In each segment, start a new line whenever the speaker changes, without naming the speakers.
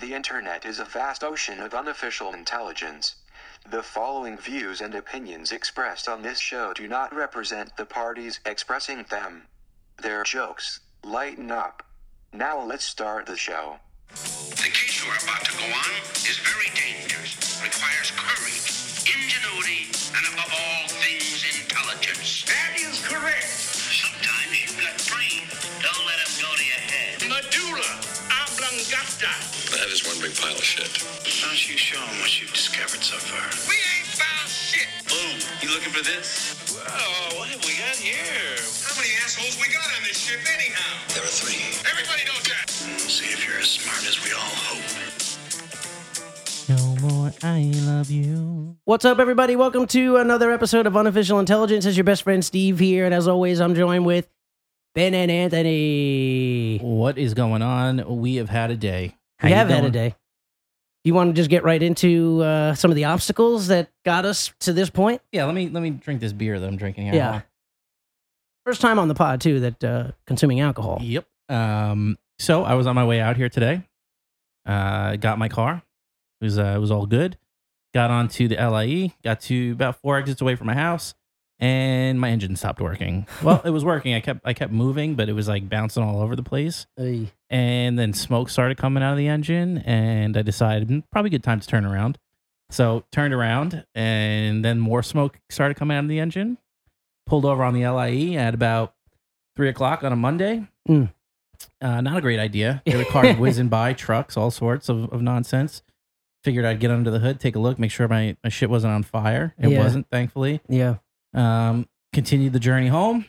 The internet is a vast ocean of unofficial intelligence. The following views and opinions expressed on this show do not represent the parties expressing them. They're jokes. Lighten up. Now let's start the show.
The case you are about to go on is very dangerous, requires courage, ingenuity, and above all things, intelligence. That is correct. Sometimes you've got brains. Don't let them go to your head. Medulla oblongata.
That is one big pile of shit.
Why don't you show them what you've discovered so far? We ain't found shit.
Boom. You looking for this?
Whoa, what have we got here? How many assholes we got on this ship anyhow?
There are three.
Everybody knows that. See if you're as smart as we all hope.
No more I love you. What's up, everybody? Welcome to another episode of Unofficial Intelligence. It's your best friend Steve here, and as always, I'm joined with Ben and Anthony.
What is going on? We have had a day. How
we
you
have had a
doing?
day. You want to just get right into uh, some of the obstacles that got us to this point?
Yeah, let me let me drink this beer that I'm drinking here. Hold
First time on the pod too that uh, consuming alcohol.
on. Yep. Um. So I was on my way out here today. Uh, got my car. It was uh, it was all good. Got onto the LIE. Got to about four exits away from my house, and my engine stopped working. Well, it was working. I kept I kept moving, but it was like bouncing all over the place.
Oy.
and then smoke started coming out of the engine and i decided "Hmm, probably a good time to turn around so turned around and then more smoke started coming out of the engine pulled over on the lie at about three o'clock on a monday
Mm.
uh, not a great idea there were cars whizzing by trucks all sorts of, of nonsense figured i'd get under the hood take a look make sure my, my shit wasn't on fire it
Yeah.
wasn't thankfully
Yeah.
um, continued the journey home.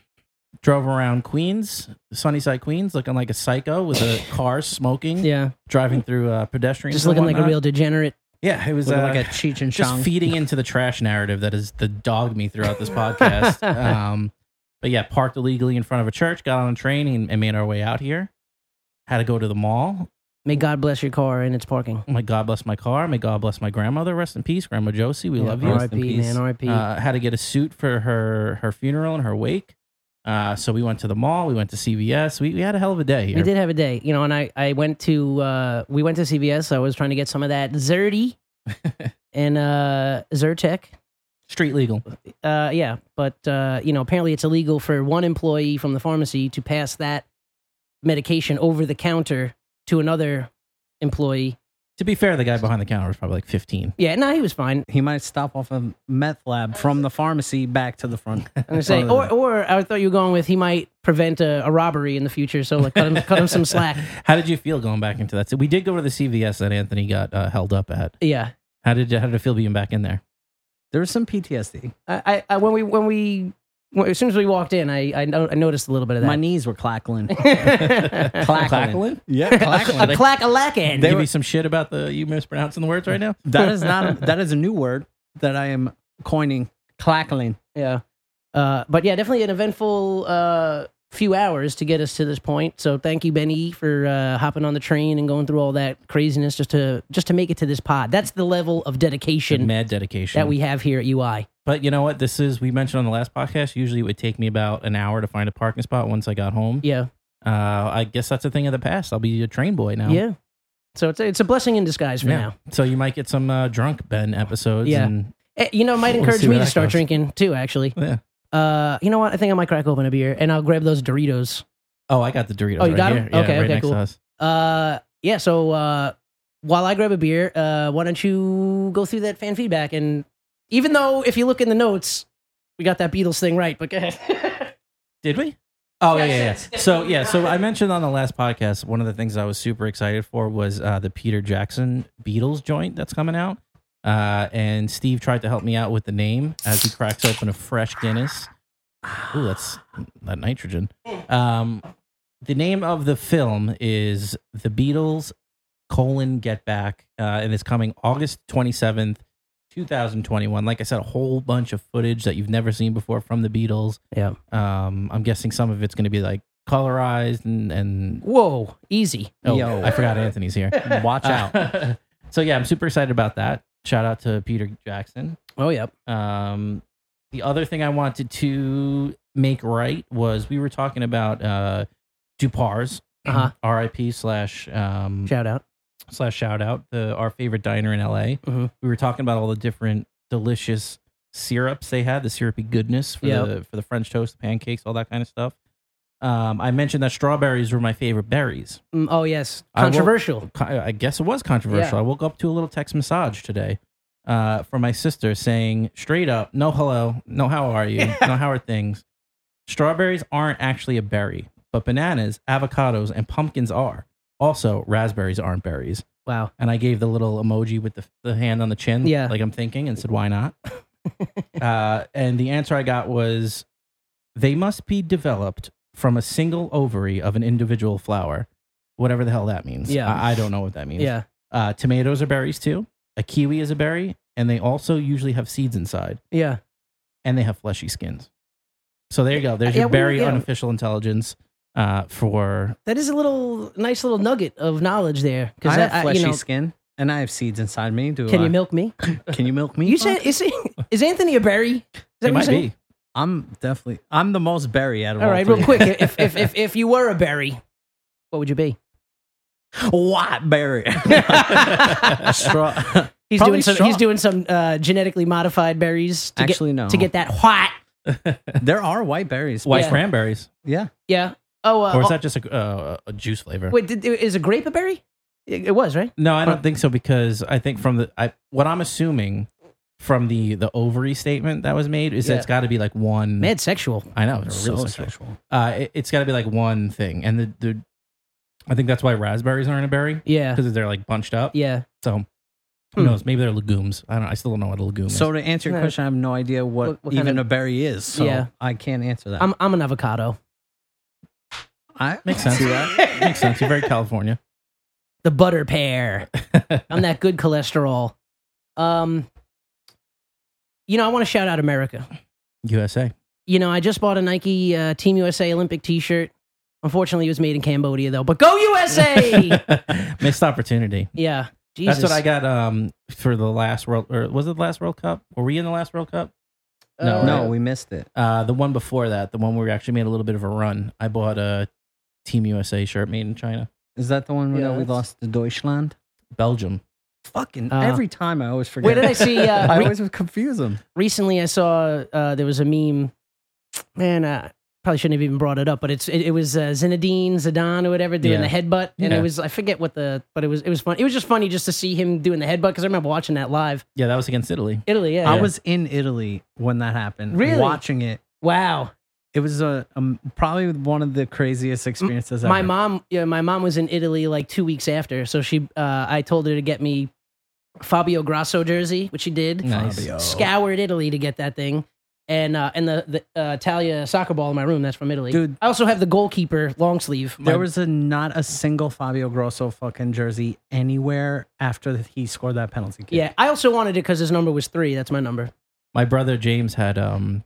Drove around Queens, Sunnyside, Queens, looking like a psycho with a car smoking,
Yeah.
driving through uh, pedestrians.
Just
and
looking like a
whatnot.
real degenerate,
Yeah, it was
looking
uh,
like a Cheech and
just
Chong.
feeding into the trash narrative that is the dog me throughout this podcast. um, but yeah, parked illegally in front of a church, got on a train, and, and made our way out here. Had to go to the mall.
May God bless your car and its parking.
My God bless my car. May God bless my grandmother. Rest in peace, Grandma Josie. We
Yeah,
love you. Rest in
R.I.P.
peace.
Man, R.I.P.
Uh, had to get a suit for her her funeral and her wake. Uh, so we went to the mall. We went to CVS. We, we had a hell of a day here.
We did have a day, you know, and I, I went to uh we went to CVS. I was trying to get some of that Zerdy and uh Zyrtec.
Street legal.
Uh yeah, but uh you know, apparently it's illegal for one employee from the pharmacy to pass that medication over the counter to another employee.
To be fair, the guy behind the counter was probably like 15.
Yeah, no, he was fine.
He might stop off a meth lab from the pharmacy back to the front.
I'm just saying, or or I thought you were going with he might prevent a, a robbery in the future, so like cut him cut him some slack.
How did you feel going back into that? So we did go to the CVS that Anthony got uh, held up at.
Yeah.
How did you, how did it feel being back in there? Oh,
there was some PTSD.
I, I, I when we when we when, as soon as we walked in, I I, no, I noticed a little bit of that.
My knees were clackling.
clack,
clackling? Yeah,
a
clackling.
clack a lackin'.
Give me some shit about the you mispronouncing the words right now.
that is not. that is a new word that I am coining. Clackling.
Yeah. Uh, but yeah, definitely an eventful uh, few hours to get us to this point. So thank you, Benny, for uh, hopping on the train and going through all that craziness just to just to make it to this pod. That's the level of dedication
Mad dedication.
that we have here at UI.
But you know what? This is we mentioned on the last podcast. Usually, it would take me about an hour to find a parking spot once I got home.
Yeah,
Uh, I guess that's a thing of the past. I'll be a train boy now.
yeah. So it's a, it's a blessing in disguise for
Yeah.
now.
So you might get some uh, drunk Ben episodes.
Yeah.
And
Eh, You know, it might
We'll
encourage
see
me
where
to
that
start
goes.
drinking too. Actually,
yeah.
uh, you know what? I think I might crack open a beer and I'll grab those Doritos.
Oh, I got the Doritos.
Oh, you
right
got 'em?
here. Yeah,
Okay,
right
okay,
next
cool.
To us.
Uh, yeah. So uh, while I grab a beer, uh, why don't you go through that fan feedback? And even though if you look in the notes, we got that Beatles thing right, but go ahead.
Did we? Oh yeah, yeah, yeah. So yeah, so I mentioned on the last podcast one of the things I was super excited for was uh, the Peter Jackson Beatles joint that's coming out. Uh, and Steve tried to help me out with the name as he cracks open a fresh Guinness. Ooh, that's that nitrogen. Um, the name of the film is The Beatles: colon Get Back, uh, and it's coming August twenty seventh, two thousand twenty one. Like I said, a whole bunch of footage that you've never seen before from the Beatles.
yeah.
Um, I'm guessing some of it's going to be like colorized and and
Whoa, easy.
oh,
Yo.
I forgot Anthony's here.
Watch out.
Uh, so yeah, I'm super excited about that. Shout out to Peter Jackson.
Oh, yep.
Um, the other thing I wanted to make right was we were talking about uh, Dupars,
Uh-huh.
R.I.P. slash um,
Shout out.
slash shout out to our favorite diner in LA.
Mhm.
We were talking about all the different delicious syrups they had, the syrupy goodness for
Yep.
the for the French toast, pancakes, all that kind of stuff. Um, I mentioned that strawberries were my favorite berries.
Mm, oh yes,
I will-
controversial.
Con- I guess it was controversial.
Yeah.
I woke up to a little text massage today uh, from my sister saying straight up, no hello, no how are you, no how are things. Strawberries aren't actually a berry, but bananas, avocados, and pumpkins are. Also, raspberries aren't berries.
Wow.
And I gave the little emoji with the, the hand on the chin,
Yeah.
like I'm thinking, and said, why not? uh, and the answer I got was they must be developed from a single ovary of an individual flower, whatever the hell that means.
Yeah.
I, I don't know what that means.
Yeah.
Uh, tomatoes are berries too. A kiwi is a berry, and they also usually have seeds inside,
Yeah.
and they have fleshy skins. So there you go. There's
Yeah,
your
we-
berry
yeah.
unofficial intelligence uh, for
That is a little nice little nugget of knowledge there.
I
Because
have fleshy
uh, you know,
skin and I have seeds inside me. Do
can
I,
you milk me?
Can you milk me?
You said is, is Anthony a berry? Is that
it
what
might
you're saying?
be.
I'm definitely. I'm the most berry out of
All right,
three.
real quick. If, if, if, if you were a berry, what would you be?
What berry? Straw.
He's
Probably
doing some.
straw.
He's doing some uh, genetically modified berries to
Actually,
get
no.
to get that hot.
There are white berries.
White
Yeah.
cranberries,
Yeah.
Yeah. Oh, uh,
or is
oh,
that just a, uh, a juice flavor?
wait. Uh, Did, is a grape a berry? It, it was right.
No, I
Huh.
don't think so because I think from the I, what I'm assuming from the the ovary statement that was made is
Yeah.
that it's got to be like one.
Mad sexual.
I know it's real sexual. Uh, it, it's got to be like one thing, and the, the I think that's why raspberries aren't a berry
Yeah.
because they're like bunched up.
Yeah.
So who
Hmm.
knows? Maybe they're legumes. I don't. I still don't know what a legume
So
is.
to answer your
Yeah.
question, I have no idea what,
What- what kind
even
of-
a berry is. So
Yeah. Um,
I can't answer that.
I'm I'm an avocado.
I
Makes sense.
See that?
Makes sense. You're very California.
The butter pear. I'm that good cholesterol. Um. You know, I want to shout out America.
USA.
You know, I just bought a Nike uh, Team USA Olympic T-shirt. Unfortunately, it was made in Cambodia though. But go USA!
Missed opportunity.
yeah. Jesus.
That's what I got um for the last world or was it the last World Cup? Were we in the last World Cup? No,
Uh,
No, we missed it.
Uh, the one before that, the one where we actually made a little bit of a run, I bought a Team USA shirt made in China,
Is that the one where
Yeah,
we
that's-
lost to Deutschland?
Belgium.
Fucking
Uh,
every time I always forget.
Where did I see? Uh,
I
re-
always confuse them.
recently I saw uh, there was a meme. Man, I probably shouldn't have even brought it up, but it's it, it was uh, Zinedine Zidane or whatever doing
Yeah.
the headbutt, and
Yeah.
it was I forget what the but it was it was fun. It was just funny just to see him doing the headbutt because I remember watching that live.
Yeah, that was against Italy.
Italy, yeah.
I was in Italy when that happened.
Really?
Watching it.
wow.
It was a, um probably one of the craziest experiences ever.
My mom, yeah, my mom was in Italy like two weeks after, so she uh, I told her to get me Fabio Grasso jersey, which she did.
Nice.
Fabio.
Scoured Italy to get that thing. And uh, and the the uh, Italia soccer ball in my room. That's from Italy.
Dude.
I also have the goalkeeper long sleeve.
There
My-
was a, not a single Fabio Grosso fucking jersey anywhere after he scored that penalty kick.
Yeah, I also wanted it because his number was three. That's my number.
My brother James had um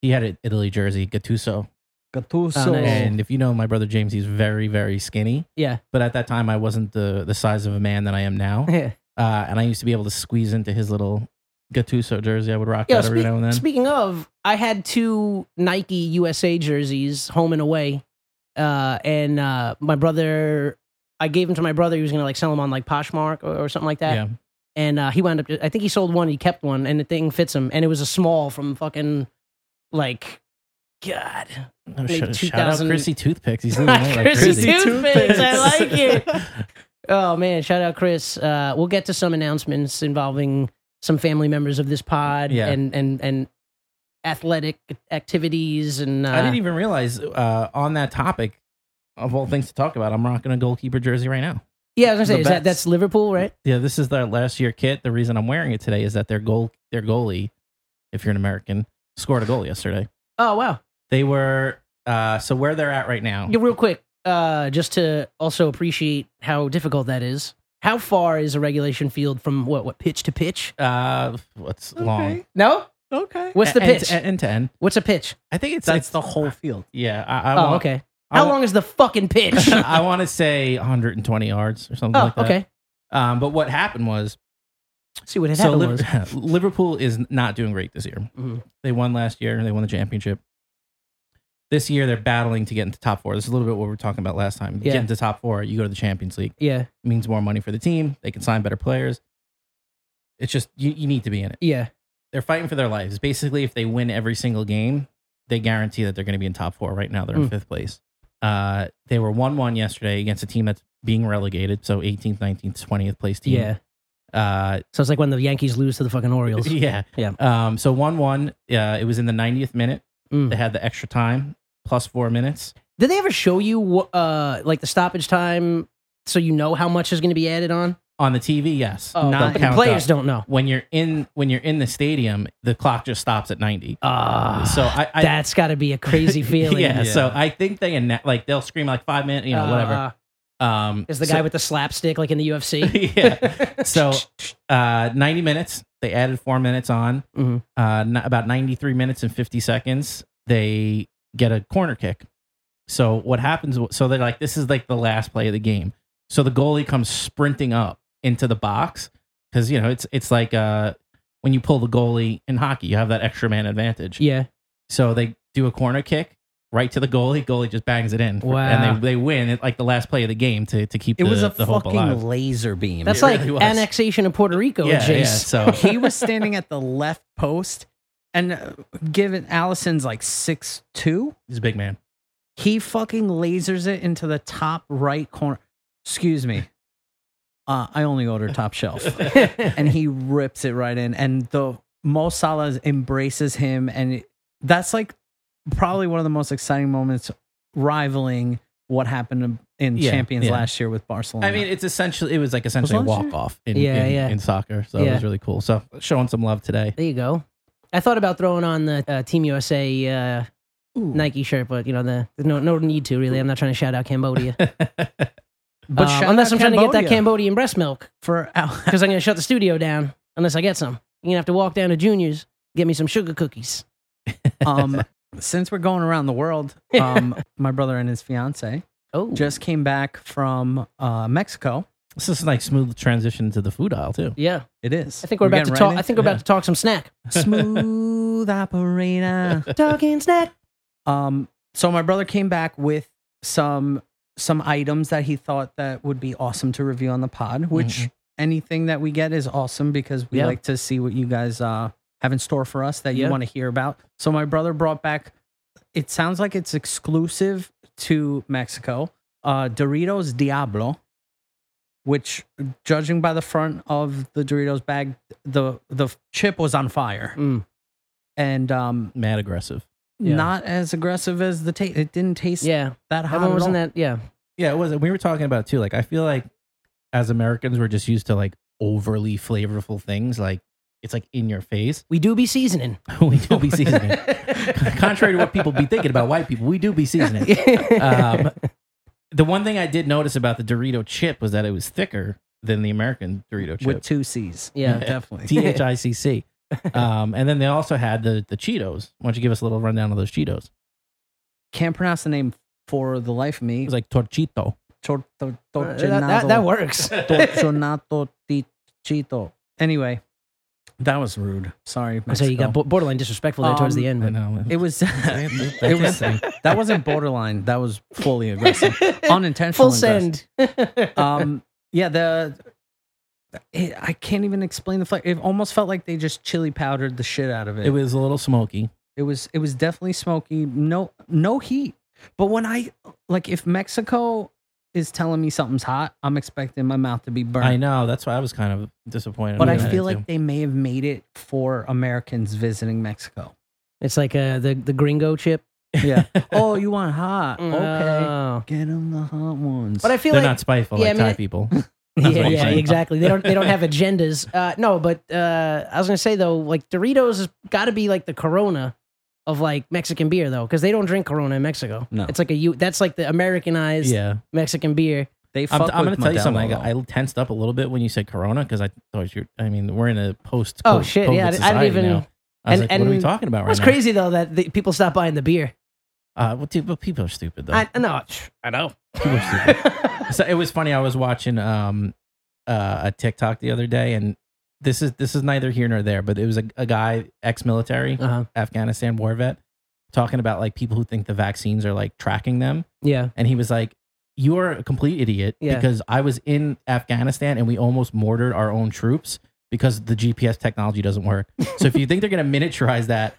he had an Italy jersey, Gattuso.
Gattuso.
Oh, nice.
And if you know my brother James, he's very, very skinny.
Yeah.
But at that time I wasn't the the size of a man that I am now.
yeah.
Uh, and I used to be able to squeeze into his little Gattuso jersey. I would rock that every
spe-
now and then.
Speaking of, I had two Nike USA jerseys, home and away, uh, and uh, my brother. I gave them to my brother. He was gonna like sell them on like Poshmark or, or something like that.
yeah.
And uh, he wound up. I think he sold one. He kept one, and the thing fits him. And it was a small from fucking like. God,
Oh,
Like
shout, shout out
2000
Chrissy Toothpicks. He's losing weight like
Chrissy
crazy.
Tooth- Toothpicks, I like it. oh man! Shout out, Chris. Uh, we'll get to some announcements involving some family members of this pod
Yeah.
and and and athletic activities and uh,
I didn't even realize uh, on that topic of all things to talk about, I'm rocking a goalkeeper jersey right now.
Yeah, I was gonna say
The
is that
best.
that's Liverpool, right?
Yeah, this is their last year kit. The reason I'm wearing it today is that their goal, their goalie, if you're an American, scored a goal yesterday.
Oh wow!
They were uh, so where they're at right now.
Yeah, real quick, uh, just to also appreciate how difficult that is. How far is a regulation field from what what pitch to pitch?
Uh, what's long?
No,
Okay.
what's the
End to-
pitch?
End to end.
What's a pitch?
I think it's
That's
it's-
the whole field.
Yeah. I, I
Oh,
want,
okay.
I
How
wa-
long is the fucking pitch?
I want to say 120 yards or something
oh,
like that.
okay.
Um, but what happened was
See what had
so
happened
Liv-
was.
Liverpool is not doing great this year.
Mhm.
They won last year. They won the championship. This year they're battling to get into top four. This is a little bit what we were talking about last time. You
Yeah.
Get into top four, you go to the Champions League.
Yeah.
It means more money for the team. They can sign better players. It's just you, you need to be in it.
Yeah.
They're fighting for their lives. Basically, if they win every single game, they guarantee that they're going to be in top four. Right now, they're in
Mm.
fifth place. Uh, they were one one yesterday against a team that's being relegated, so 18th, 19th, 20th place team.
Yeah.
Uh,
So it's like when the Yankees lose to the fucking Orioles.
yeah.
Yeah.
Um, so 1 1, uh, it was in the 90th minute.
Mm.
They had the extra time, plus four minutes.
Did they ever show you wh- uh like the stoppage time so you know how much is going to be added on?
On the TV, yes.
Oh,
Not
but the
count
players
up.
don't know.
When you're in when you're in the stadium, the clock just stops at 90.
Ah,
so I, I
that's got to be a crazy feeling.
yeah,
Yeah.
So I think they anna- like they'll scream like five minutes, you know, whatever.
Uh,
Um,
is the guy with the slapstick like in the
so,
UFC?
yeah. So uh, 90 minutes. They added four minutes on.
Mm-hmm.
Mhm.
Uh, n- about 93 minutes and 50 seconds. They get a corner kick. So what happens? So they're like, this is like the last play of the game. So the goalie comes sprinting up into the box because you know it's it's like uh, when you pull the goalie in hockey, you have that extra man advantage.
yeah.
So they do a corner kick right to the goalie. Goalie just bangs it in.
Wow.
And they, they win at like the last play of the game to, to keep
It
the,
was a
the hope
fucking
alive.
laser beam.
That's
It
like
really was.
annexation of Puerto Rico,
yeah, yeah.
Jace.
So
he was standing at the left post, and uh, given Allison's like six two,
he's a big man.
he fucking lasers it into the top right corner. Excuse me. Uh, I only order top shelf. and he rips it right in. And the Mo Salah embraces him, and it- that's like probably one of the most exciting moments, rivaling what happened in
Yeah,
Champions
yeah.
last year with Barcelona. Uh,
I mean, it's essentially it was like essentially a
last year?
walk off in,
Yeah,
in,
yeah.
in soccer. So it
Yeah.
was really cool. So showing some love today.
There you go. I thought about throwing on the uh, Team USA uh,
Ooh.
Nike shirt, but you know, the there's no no need to really. I'm not trying to shout out Cambodia,
But
Um,
shout out
unless I'm trying to get that
Cambodia.
Cambodian breast milk
for Al-
because I'm going to shut the studio down unless I get some. You're gonna have to walk down to Junior's, get me some sugar cookies.
um, since we're going around the world, um, my brother and his fiance
Oh,
just came back from uh, Mexico.
this is like smooth transition to the food aisle too.
yeah.
It is.
I think we're about to
getting
talk.
right
I think we're
Yeah.
about to talk some snack.
in? smooth operator.
Talking snack.
Um, so my brother came back with some some items that he thought that would be awesome to review on the pod. Which anything that we get is awesome because we
Mm-hmm. Yeah.
like to see what you guys uh, have in store for us that
Yeah.
you want to hear about. So my brother brought back. It sounds like it's exclusive to Mexico. Uh, Doritos Diablo, which, judging by the front of the Doritos bag, the the chip was on fire,
Mm.
and um,
Mad aggressive.
Yeah.
not as aggressive as the taste. It didn't taste
Yeah,
that hot.
everyone
at
was in
all.
that. Yeah,
Yeah, it was. We were talking about it too. Like I feel like as Americans, we're just used to like overly flavorful things. Like it's like in your face.
we do be seasoning.
we do be seasoning. Uh, Contrary to what people be thinking about white people, we do be seasoning. Um, the one thing I did notice about the Dorito chip was that it was thicker than the American Dorito
with
chip.
two C's.
Yeah.
definitely.
T H I C C. Um, and then they also had the the Cheetos. Why don't you give us a little rundown of those Cheetos?
Can't pronounce the name for the life of
It
me.
was like torchito.
Tor- tor-
Uh, that, that, that
torchinado-
works.
torchinato ti- chito. Anyway, that was rude. Sorry,
So you got
Mexico.
bo- borderline disrespectful there towards
Um,
the end.
I
But
know.
it was it was that wasn't borderline. That was fully aggressive, unintentional.
Full send.
aggressive. Um, yeah, the it, I can't even explain the flavor. It almost felt like they just chili powdered the shit out of
It was a little smoky.
It was it was definitely smoky. No no heat. But when I like if Mexico is telling me something's hot, I'm expecting my mouth to be burnt.
I know. That's why I was kind of disappointed.
But I
about it,
feel
too.
like they may have made it for Americans visiting Mexico.
It's like uh, the the gringo chip.
Yeah. oh, you want hot? Okay.
Oh.
Get them the hot ones.
But I feel
they're
like
not spiteful
yeah, I
like
mean,
Thai
it-
people.
yeah,
That's what I'm
yeah,
saying.
exactly. They don't they don't have agendas. Uh, no, but uh, I was gonna say though, like Doritos has got to be like the Corona of like Mexican beer though, because they don't drink Corona in Mexico.
No.
it's like a you. That's like the Americanized
yeah.
Mexican beer.
they
I'm,
fuck
I'm
going
going
to
to tell you something. I, I tensed up a little bit when you said Corona because I thought you. I mean, we're in a post.
Oh, shit, yeah, I didn't- I didn't even-
Now. I was like,
and-
what are we
and-
talking about right
It's
now?
crazy though that the, people stop buying the beer.
Uh, well, dude, but people are stupid though.
I no, I know.
People are stupid. so it was funny. I was watching um uh, a TikTok the other day, and this is this is neither here nor there, but it was a, a guy ex military,
Uh-huh.
Afghanistan war vet, talking about like people who think the vaccines are like tracking them,
Yeah.
and he was like, "You are a complete idiot
Yeah.
because I was in Afghanistan and we almost mortared our own troops." Because the GPS technology doesn't work. So if you think they're going to miniaturize that,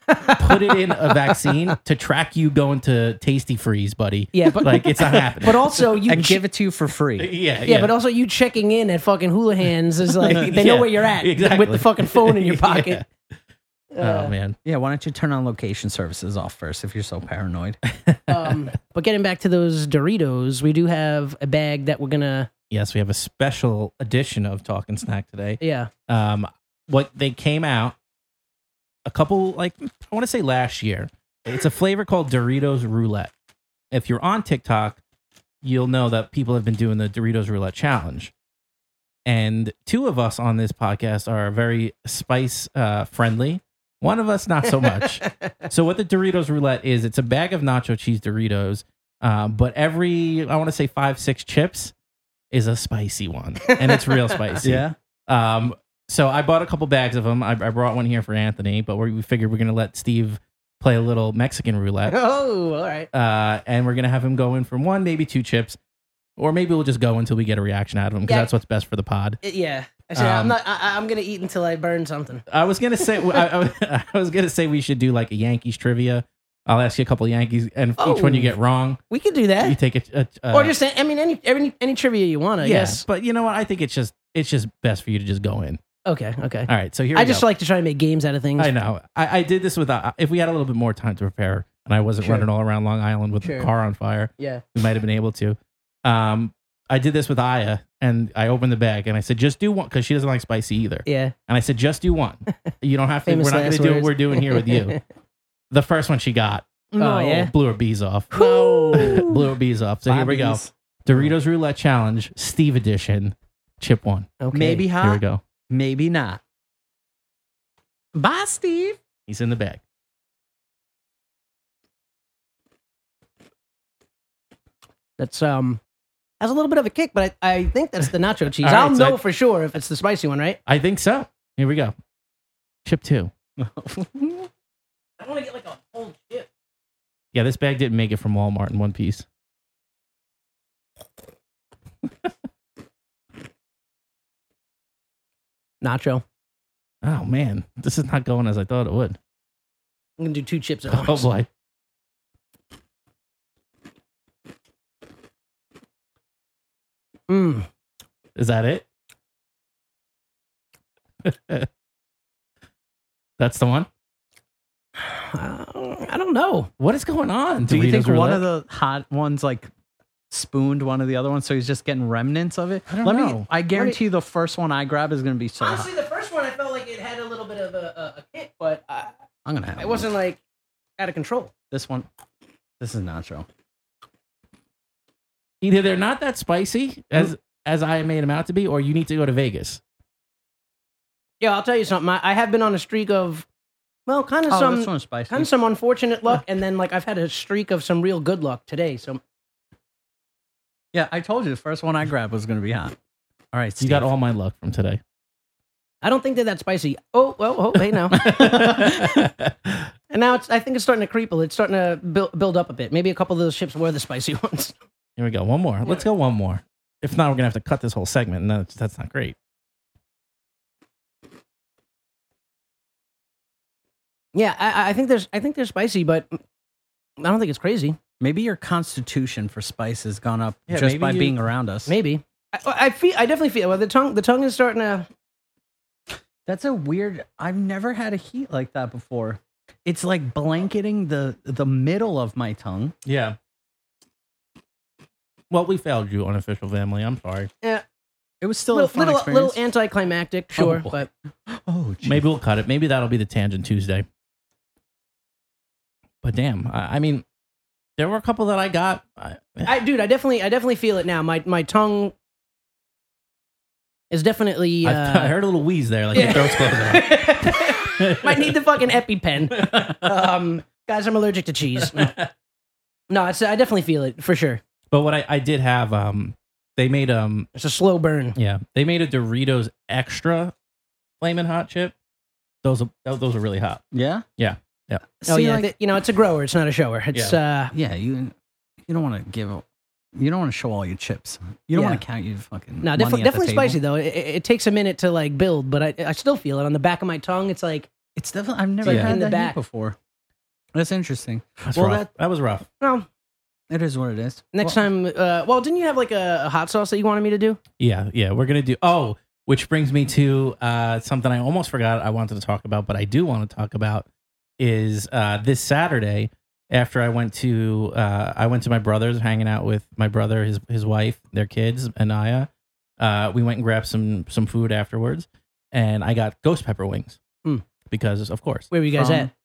put it in a vaccine to track you going to Tasty Freeze, buddy.
Yeah, but-
like it's not happening.
But also you
and
ch-
give it to you for free.
yeah,
yeah, but also you checking in at fucking Houlihan's is like they know
Yeah,
where you're at
exactly.
with the fucking phone in your pocket.
oh
Uh,
man,
Yeah, why don't you turn on location services off first if you're so paranoid?
um, but getting back to those Doritos, we do have a bag that we're gonna
yes, we have a special edition of Talking Snack today.
yeah
Um, what they came out a couple like I want to say last year. It's a flavor called Doritos Roulette. If you're on TikTok, you'll know that people have been doing the Doritos Roulette challenge. And two of us on this podcast are very spice uh, friendly. One of us not so much. so what the Doritos Roulette is, it's a bag of nacho cheese Doritos, um, but every I want to say five six chips is a spicy one, and it's real spicy. Um, so I bought a couple bags of them. I, I brought one here for Anthony, but we, we figured we're gonna let Steve play a little Mexican roulette,
oh all right
uh, and we're gonna have him go in from one, maybe two chips, or maybe we'll just go until we get a reaction out of him because
Yeah.
that's what's best for the pod.
yeah I said I'm
Um,
not I, I'm gonna eat until I burn something.
I was gonna say I, I, I was gonna say we should do like a Yankees trivia. I'll ask you a couple of Yankees, and if each one you
Oh.
get wrong,
We could do
you
that,
take a, a, a
or just I mean any any any trivia you want. I
yeah.
guess
But you know what? I think it's just it's just best for you to just go in.
okay okay.
All right, so here
I
we
just
go.
like to try to make games out of things.
I know. I, I did this without. If we had a little bit more time to prepare, and I wasn't
Sure.
running all around Long Island with
Sure.
a car on fire,
Yeah.
we might have been able to. Um, I did this with Aya, and I opened the bag, and I said, "Just do one," because she doesn't like spicy either.
Yeah.
And I said, "Just do one. You don't have to.
Famous
we're not going to
last
do what
words.
we're doing here with you." the first one she got,
No. Oh, yeah?
blew her bees off.
No.
blew her bees off. So here we go.
Bobby's.
Doritos Roulette Challenge, Steve Edition, Chip One.
Okay.
Maybe
Here we
hot,
go.
maybe not. Bye, Steve.
He's in the bag.
that's um has a little bit of a kick, but I, I think that's the nacho cheese.
All right,
I'll
so
know
I-
for sure if it's the spicy one, right?
I think so. Here we go. Chip Two.
I want to get like a whole chip.
Yeah, this bag didn't make it from Walmart in one piece.
Nacho.
Oh man, this is not going as I thought it would.
I'm gonna do two chips at
Oh
once.
boy.
Mm.
Is that it? That's the one?
Uh, I don't know.
What is going on?
Do you
Doritos
think one
Roulette?
of the hot ones like spooned one of the other ones, so he's just getting remnants of it?
I don't
Let me.
know.
I guarantee you the first one I grab is going to be so hot.
Honestly, the first one I felt like it had a little bit of a, a, a kick, but I,
I'm going to have
it wasn't like out of control.
this one. This is nacho.
either they're not that spicy as as I made them out to be, or you need to go to Vegas.
Yeah, I'll tell you something. I, I have been on a streak of, well, kind of
Oh,
some
this one's spicy.
kind of some unfortunate luck, and then like I've had a streak of some real good luck today. So
yeah, I told you the first one I grabbed was going to be hot. All right, Steve.
You got all my luck from today.
I don't think they're that spicy. Oh, well, oh, hey now, and now it's. I think it's starting to creeple. It's starting to build build up a bit. Maybe a couple of those chips were the spicy ones.
Here we go. One more. Let's go one more. If not, we're gonna have to cut this whole segment, and that's, that's not great.
Yeah, I, I- I think there's. I think they're spicy, but I don't think it's crazy.
Maybe your constitution for spice has gone up
Yeah,
just
maybe
by
you-
being around us.
Maybe. I, I feel. I definitely feel. Well, the tongue. The tongue is starting to.
That's a weird. I've never had a heat like that before. It's like blanketing the the middle of my tongue.
Yeah. Well, we failed you, unofficial family. I'm sorry.
It was still a
little
fun
little,
experience.
little anticlimactic, sure,
boy.
but
oh, geez.
Maybe we'll cut it. Maybe that'll be the tangent Tuesday. But damn, I, I mean, there were a couple that I got. I,
I, dude, I definitely, I definitely feel it now. My my tongue is definitely.
I,
Uh,
I heard a little wheeze there, like your throat's closing.
closed. Might need the fucking EpiPen,
up.
um, guys. I'm allergic to cheese. No, it's, I definitely feel it for sure.
but what I, I did have, um, they made um,
It's a slow burn. Oh,
yeah, they made a Doritos extra flaming hot chip. Those are those are really hot.
yeah,
Yeah, Yeah.
See,
Oh yeah,
like-
th- you know it's a grower. It's not a shower. It's uh,
yeah, you you don't want to give a- you don't want to show all your chips. You don't
Yeah.
want to count your fucking.
no,
money
defi-
at the
definitely
table.
spicy though. It, it it takes a minute to like build, but I, I still feel it on the back of my tongue. It's like
It's definitely I've never
like
had
in the
that
back.
back. before. That's interesting.
That's
Well,
rough.
that-
That, was rough.
no.
It is what it is.
Next
Well,
time, uh, well, didn't you have like a, a hot sauce that you wanted me to do?
Yeah, yeah. We're gonna do. Oh, which brings me to uh, something I almost forgot I wanted to talk about, but I do want to talk about is uh, this Saturday after I went to uh, I went to my brother's, hanging out with my brother, his his wife, their kids, Anaya. Uh, we went and grabbed some some food afterwards, and I got ghost pepper wings
Mm.
because, of course,
Where were you guys
From-
at?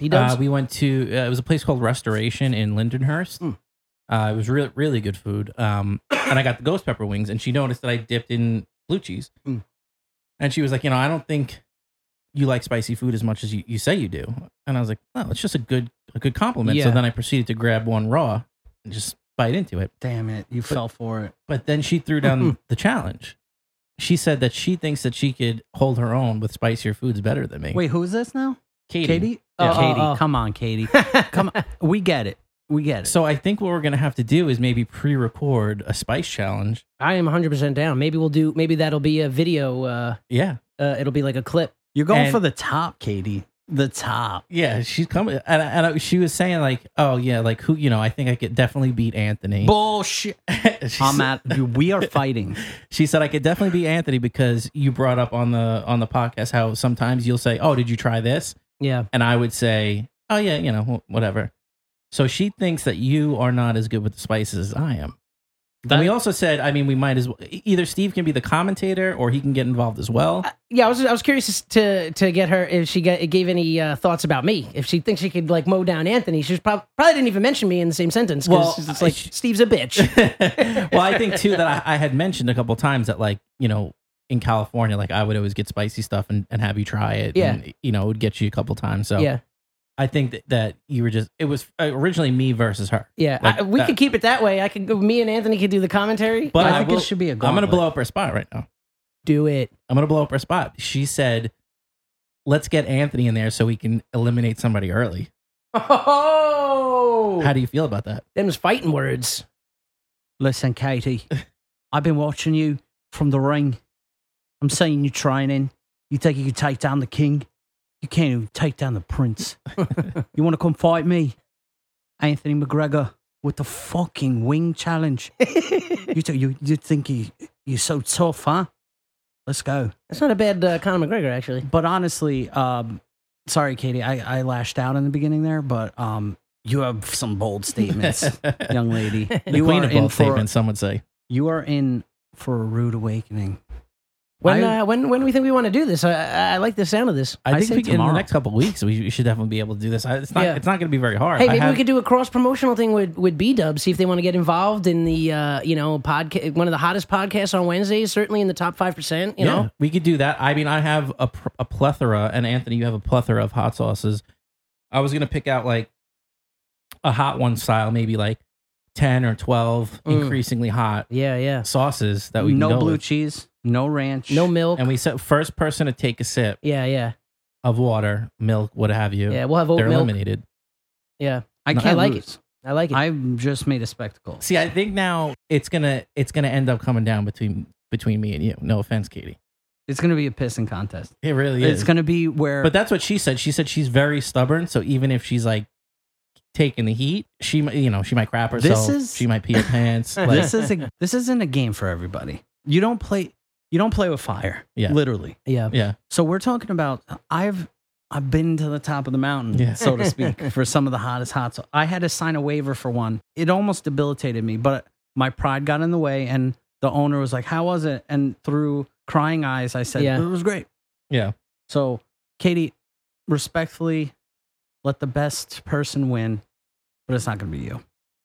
He does.
uh, we went to uh, it was a place called Restoration in Lindenhurst.
Hmm.
Mm.
Uh, it was really really good food. Um, and I got the ghost pepper wings, and she noticed that I dipped in blue cheese,
Hmm.
Mm.
and she was like, you know, I don't think you like spicy food as much as you, you say you do. And I was like, oh, it's just a good a good compliment. So
Yeah.
then I proceeded to grab one raw and just bite into it.
damn it, you fell for it.
But then she threw
Mm-hmm.
down the challenge. She said that she thinks that she could hold her own with spicier foods better than me.
Wait, who is this now?
Katie.
Katie.
Yeah.
Oh, Katie,
oh, oh.
come on, Katie. Come on. We get it. We get it.
So I think what we're gonna have to do is maybe pre-record a spice challenge.
I am 100 percent down. Maybe we'll do. Maybe that'll be a video. Uh,
Yeah,
uh, it'll be like a clip.
You're going
and-
for the top, Katie. The top.
yeah. She's coming, and, I- and I- she was saying like, "Oh yeah, like who? You know, I think I could definitely beat Anthony."
Bullshit.
she,
I'm
said-
at. dude, We are fighting.
she said I could definitely beat Anthony because you brought up on the on the podcast how sometimes you'll say, "Oh, did you try this?"
Yeah.
and I would say, "Oh yeah, you know, wh- whatever." So she thinks that you are not as good with the spices as I am. and we also said, I mean, we might as well either Steve can be the commentator or he can get involved as well.
Uh, Yeah, I was I was curious to to get her if she get, gave any uh, thoughts about me. If she thinks she could like mow down Anthony, she prob- probably didn't even mention me in the same sentence. 'cause
Well,
it's like
I- she-
Steve's a bitch.
well, I think too that I, I had mentioned a couple times that like you know in California, like I would always get spicy stuff and, and have you try it.
Yeah.
and, you know, it would get you a couple times. So
Yeah,
I think that, that you were just it was originally me versus her.
yeah.
Like
I, we
that-
could keep it that way. I could. go- Me and Anthony could do the commentary.
But
I
I,
think
will,
it should be a.
I'm gonna
gauntlet.
blow up her spot right now.
do it.
I'm gonna blow up her spot. She said, "Let's get Anthony in there so we can eliminate somebody early."
Oh,
How do you feel about that?
them's fighting words.
Listen, Katie, I've been watching you from the ring. I'm saying you're training. You think you can take down the king? You can't even take down the prince. you want to come fight me? Anthony McGregor with the fucking wing challenge. you, t- you, you think you, you're so tough, huh? Let's go.
That's not a bad uh, Conor McGregor actually.
But honestly, um, sorry, Katie, I, I lashed out in the beginning there, but um, you have some bold statements, young lady.
The
you
queen
are
of
in
both
for
statements, some would say.
you are in for a rude awakening.
When
I-
uh, when when do we think we want to do this? I, I, I like the sound of this.
I,
I
think
say
we can, in the
tomorrow.
next couple weeks we, we should definitely be able to do this. I, it's not
Yeah.
it's not going to be very hard.
Hey,
I
maybe
have-
we could do a cross promotional thing with with B Dub. See if they want to get involved in the uh, you know podcast, one of the hottest podcasts on Wednesdays. Certainly in the top five percent. You
yeah,
know,
we could do that. I mean, I have a, pr- a plethora, and Anthony, you have a plethora of hot sauces. I was gonna pick out like a hot one style, maybe like ten or twelve
Mm.
increasingly hot
yeah, yeah.
sauces that we can
no
go
blue
with.
cheese, no ranch,
No milk.
And we said first person to take a sip
yeah, yeah,
of water, milk, what have you,
yeah. We'll have oat
they're
milk.
eliminated.
Yeah,
I
No,
can't
I like
lose.
I like it.
I just made a spectacle.
See, I think now it's gonna it's gonna end up coming down between between me and you. No offense, Katie.
It's gonna be a pissing contest.
It really
It's
is.
gonna be where.
But that's what she said. She said she's very stubborn. So even if she's like taking the heat, she might, you know, she might crap
This
herself.
is-
she might pee her pants. Like,
this is a, this isn't a game for everybody. You don't play. You don't play with fire.
Yeah.
literally.
yeah,
yeah,
So we're talking about. I've I've been to the top of the mountain,
Yeah.
so to speak, for some of the hottest hot. So I had to sign a waiver for one. It almost debilitated me, but my pride got in the way, and the owner was like, "How was it?" And through crying eyes, I said,
Yeah.
"It was great."
yeah.
So, Katie, respectfully, let the best person win, but it's not going to be you.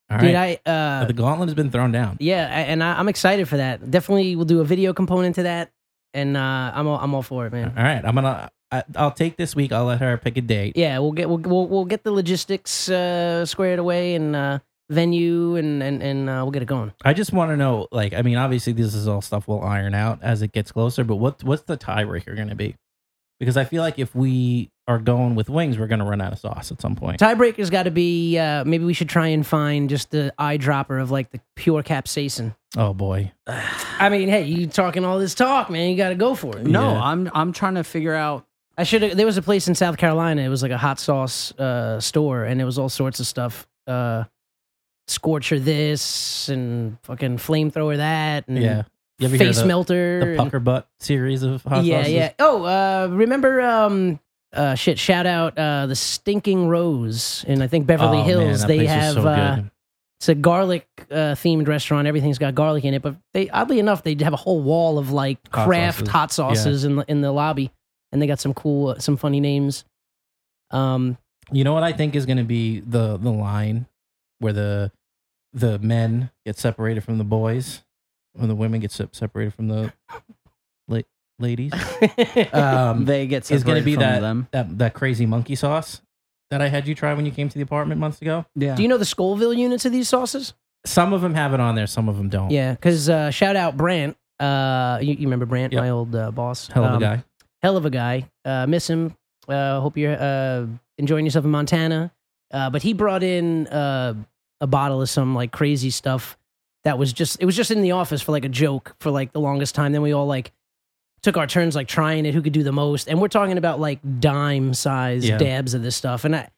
All right.
dude. I
But
uh,
the gauntlet has been thrown down.
yeah, I- and I, I'm excited for that. Definitely, we'll do a video component to that, and uh, I'm all, I'm all for it, man.
All right. I'm gonna. I, I'll take this week. I'll let her pick a date.
Yeah, we'll get we'll we'll, we'll get the logistics uh, squared away and uh, venue and and and uh, we'll get it going.
I just want to know, like, I mean, obviously, this is all stuff we'll iron out as it gets closer. But what what's the tiebreaker going to be? because I feel like if we are going with wings, we're going to run out of sauce at some point.
Tiebreaker's got to be. Uh, maybe we should try and find just the eyedropper of like the pure capsaicin.
Oh boy,
I mean, hey, you talking all this talk, man? You got to go for it.
No,
Yeah.
I'm I'm trying to figure out.
I should. have There was a place in South Carolina. It was like a hot sauce uh, store, and it was all sorts of stuff. Uh, scorcher this and fucking flamethrower that and
yeah. You ever hear
face
the,
melter.
the
and-
pucker butt series of hot
yeah,
sauces?
yeah. Oh, uh, remember? Um, uh, shit! Shout out uh, the Stinking Rose in I think
Oh,
Beverly
man,
Hills.
that
they
place is
have
so
uh,
good.
it's a garlic uh, themed restaurant. Everything's got garlic in it, but they oddly enough they have a whole wall of like
Hot
craft
sauces.
hot sauces in the in the lobby, and they got some cool uh, some funny names. Um,
You know what I think is going to be the the line where the the men get separated from the boys, when the women get se- separated from the la- ladies. Um,
They get
is going
separated
to be
from
that,
them.
that that crazy monkey sauce that I had you try when you came to the apartment months ago.
Yeah.
do you know the Scoville units of these sauces?
Some of them have it on there, some of them don't.
Yeah, because uh, shout out Brant. Uh, you, you remember Brant,
Yep.
my old uh, boss?
hell of
Um,
a guy.
hell of a guy. Uh, miss him. Uh, hope you're uh, enjoying yourself in Montana. Uh, but he brought in uh, a bottle of some like crazy stuff that was just it was just in the office for like a joke for like the longest time. Then we all like took our turns like trying it, who could do the most, and we're talking about like dime size
Yeah.
dabs of this stuff. And I,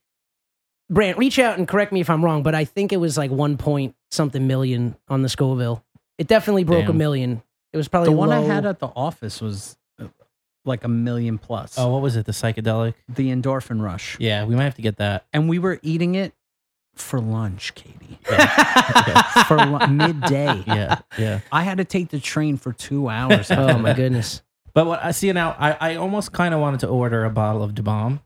Brant, reach out and correct me if I'm wrong, but I think it was like one point something million on the Scoville. It definitely broke a
Damn.
million. It was probably
the one I
low-
had at the office was uh, like a million plus.
Oh, what was it? The psychedelic?
The endorphin rush.
Yeah, we might have to get that.
And we were eating it for lunch, Katie. for lun midday.
Yeah, yeah.
I had to take the train for two hours.
oh my goodness.
But what I see now, I, I almost kind of wanted to order a bottle of Dabom.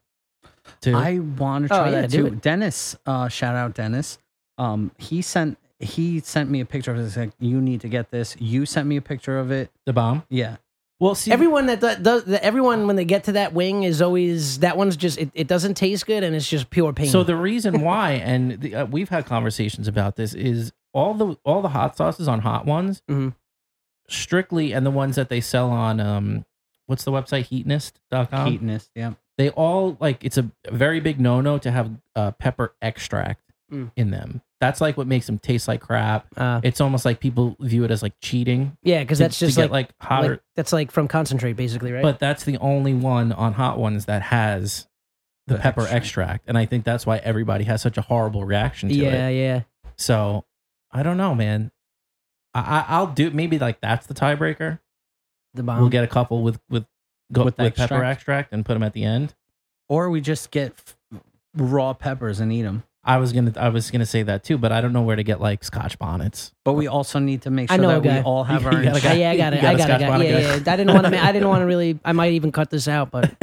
Too.
I want to
Oh,
try
yeah,
that
do
too.
it.
Dennis, uh, shout out Dennis. Um, he sent he sent me a picture of it. He's like, you need to get this. You sent me a picture of it.
Dabom.
Yeah.
Well, see,
Everyone that do- does that, everyone when they get to that wing is always that one's just it, it doesn't taste good and it's just pure pain.
so the reason why, and the, uh, we've had conversations about this, is all the all the hot sauces on hot ones,
Mhm.
strictly, and the ones that they sell on um, what's the website
Oh.
heatnist.com.
Heatness. Yeah.
they all like it's a very big no no to have uh, pepper extract
Mm.
in them. That's like what makes them taste like crap.
uh,
It's almost like people view it as like cheating.
yeah, because
to-
that's
to
just
get,
like,
like hotter.
like- that's like from concentrate basically, right?
But that's the only one on hot ones that has the,
The
pepper extract.
extract.
and I think that's why everybody has such a horrible reaction to
yeah,
it.
yeah.
So I don't know, man. I, I I'll do maybe like that's the tiebreaker.
The bomb.
we'll get a couple with with go, with,
With the
pepper
extract?
extract and put them at the end.
Or we just get f- raw peppers and eat them.
I was gonna I was gonna say that too, but I don't know where to get like Scotch bonnets.
But we also need to make
I
sure
know a
that we
guy.
all have
You
our.
gotta
own
get-
Ah, yeah, I
You
got it.
got
I
a
got it.
Scotch
got it.
bonnet,
Yeah, yeah,
guys.
yeah. I didn't want to. I didn't want to really. I might even cut this out, but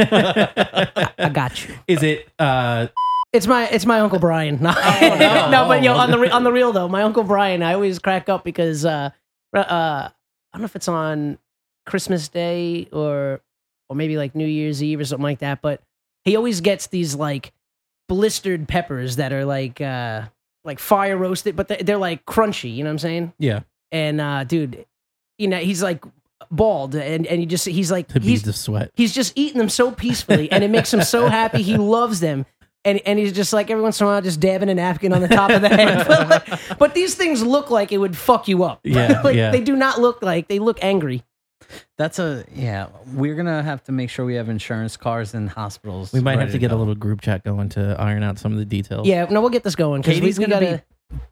I
I
got you.
Is it? uh
It's my it's my uncle Brian. No,
no.
no but yo, on the re- on the real though, my uncle Brian, I always crack up because uh, uh, I don't know if it's on Christmas Day or or maybe like New Year's Eve or something like that, but he always gets these like blistered peppers that are like uh like fire roasted, but they're, they're like crunchy. You know what I'm saying?
Yeah.
And uh, dude, you know he's like bald, and and you just he's like
To
he's
beads of sweat.
He's just eating them so peacefully, and it makes him so happy. He loves them, and and he's just like every once in a while, just dabbing a napkin on the top of the head. But, like- but these things look like it would fuck you up.
Yeah,
like
yeah.
they do not look like they look angry.
That's a yeah. We're gonna have to make sure we have insurance, cars, and hospitals.
We might have
ready
to get a
go.
little group chat going to iron out some of the details.
Yeah, no, we'll get this going because we,
Katie's
we
gonna
gotta.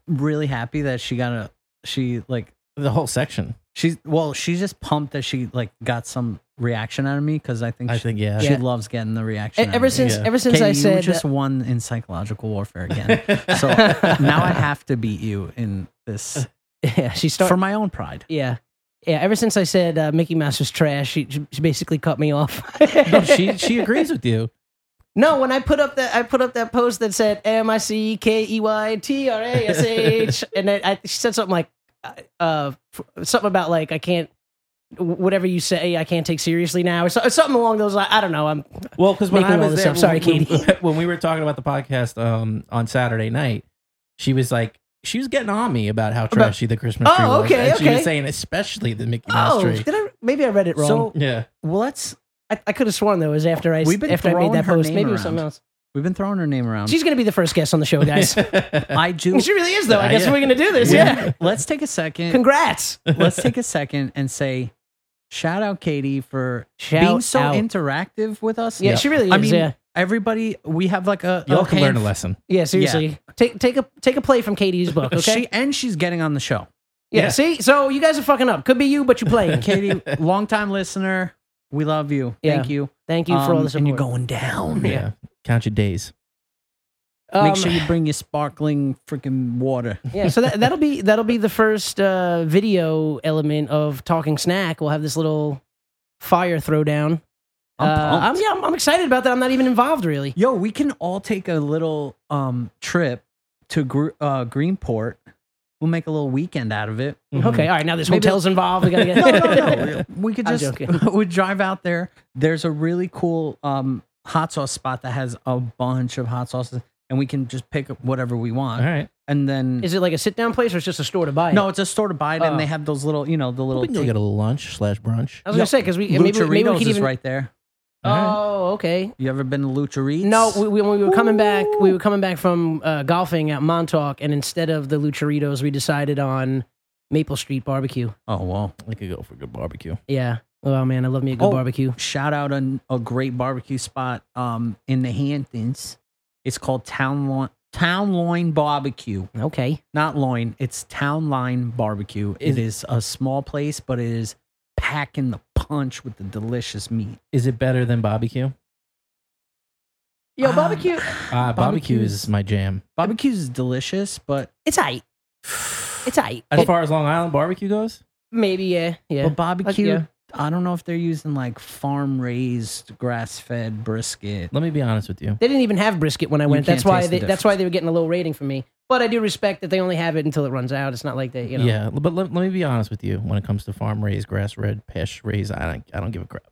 Really happy that she got a. She like
the whole section.
she's well. She's just pumped that she like got some reaction out of me because I think
I
she,
think yeah.
she
Yeah.
loves getting the
e-
reaction. out of
ever
me.
since
Yeah.
ever since
Katie,
I said
you just won in psychological warfare again. so now I have to beat you in this
yeah, she started.
for my own pride.
yeah. Yeah, ever since I said uh, Mickey Mouse was trash, she, she basically cut me off.
No, she she agrees with you.
No, when I put up that I put up that post that said M I C K E Y T R A S H, and then I, she said something like, uh, f- something about like I can't, whatever you say, I can't take seriously now, or so, something along those lines. I don't know. I'm
Well, because when
Making
I
all
was
this
there,
up. Sorry,
when,
Katie.
when- when we were talking about the podcast um, on Saturday night, she was like, she was getting on me about how trashy the Christmas
Oh,
tree was.
okay,
and She was
okay.
saying, especially the Mickey Mouse
oh,
tree.
did I maybe I read it wrong?
So
Yeah,
well, let's
I, I could have sworn that was after I
We've been
after I made
throwing
that
her
post.
name
Maybe it was
around.
something else.
We've been throwing her name around.
She's gonna be the first guest on the show, guys.
I do.
she really is, though. I
Ah,
guess
yeah.
we're gonna do this.
Yeah.
Yeah.
Let's take a second.
Congrats.
Let's take a second and say shout out Katie for
Shout
being so
out.
interactive with us.
Yeah, she really is.
I mean,
yeah.
everybody, we have like a.
Y'all can learn a
handful-
lesson.
Yeah. Seriously. Take take a take a play from Katie's book. Okay.
She and she's getting on the show.
yeah,
yeah.
See, so you guys are fucking up. Could be you, but you're playing.
Katie, longtime listener, we love you.
Yeah.
Thank you.
Thank you for all
Um,
the support.
And you're going down.
Yeah.
Count your days.
Make
Um,
sure you bring your sparkling freaking water.
yeah so that, that'll be that'll be the first uh, video element of talking snack we'll have this little fire throwdown
I'm
Uh,
pumped.
I'm, yeah, I'm, I'm excited about that i'm not even involved really
Yo, we can all take a little um trip to Gr- uh, Greenport. We'll make a little weekend out of it.
okay all right now there's
Mm-hmm. Maybe-
hotels involved we gotta get
No, no, no. We could
I'm
just
joking.
we drive out there. There's a really cool um hot sauce spot that has a bunch of hot sauces, and we can just pick up whatever we want.
All right.
And then
is it like a sit down place or it's just a store to buy it?
no, it's a store to buy it,
Oh.
and they have those little, you know, the little.
We can go get a little lunch slash brunch.
i was gonna say because we maybe,
Lucharitos
maybe we could
is
even
right there.
oh okay
You ever been to Lucharitos?
no, we, we, when we were coming back, we were coming back from uh, golfing at Montauk, and instead of the Lucharitos, we decided on Maple Street Barbecue.
oh well.
We could go for a good barbecue.
Yeah. Oh man, I love me a good
Oh.
barbecue.
Shout out on a great barbecue spot um in the Hamptons. It's called Town Loin Town Loin Barbecue.
Okay.
Not loin, it's Town Line Barbecue. It is a small place, but it is packing the punch with the delicious meat.
Is it better than barbecue?
Yo,
Um,
barbecue.
Uh, barbecue is my jam.
Barbecue is delicious, but
It's tight. It's tight.
As far as Long Island barbecue goes,
Maybe yeah, yeah.
but barbecue,
yeah.
I don't know if they're using like farm raised, grass fed brisket.
let me be honest with you.
they didn't even have brisket when I went.
can't
That's why.
taste the
They, that's why they were getting a low rating from me. But I do respect that they only have it until it runs out. It's not like they, you know.
Yeah, but let, let me be honest with you. When it comes to farm raised, grass red, pesh raised, I don't, I don't give a crap.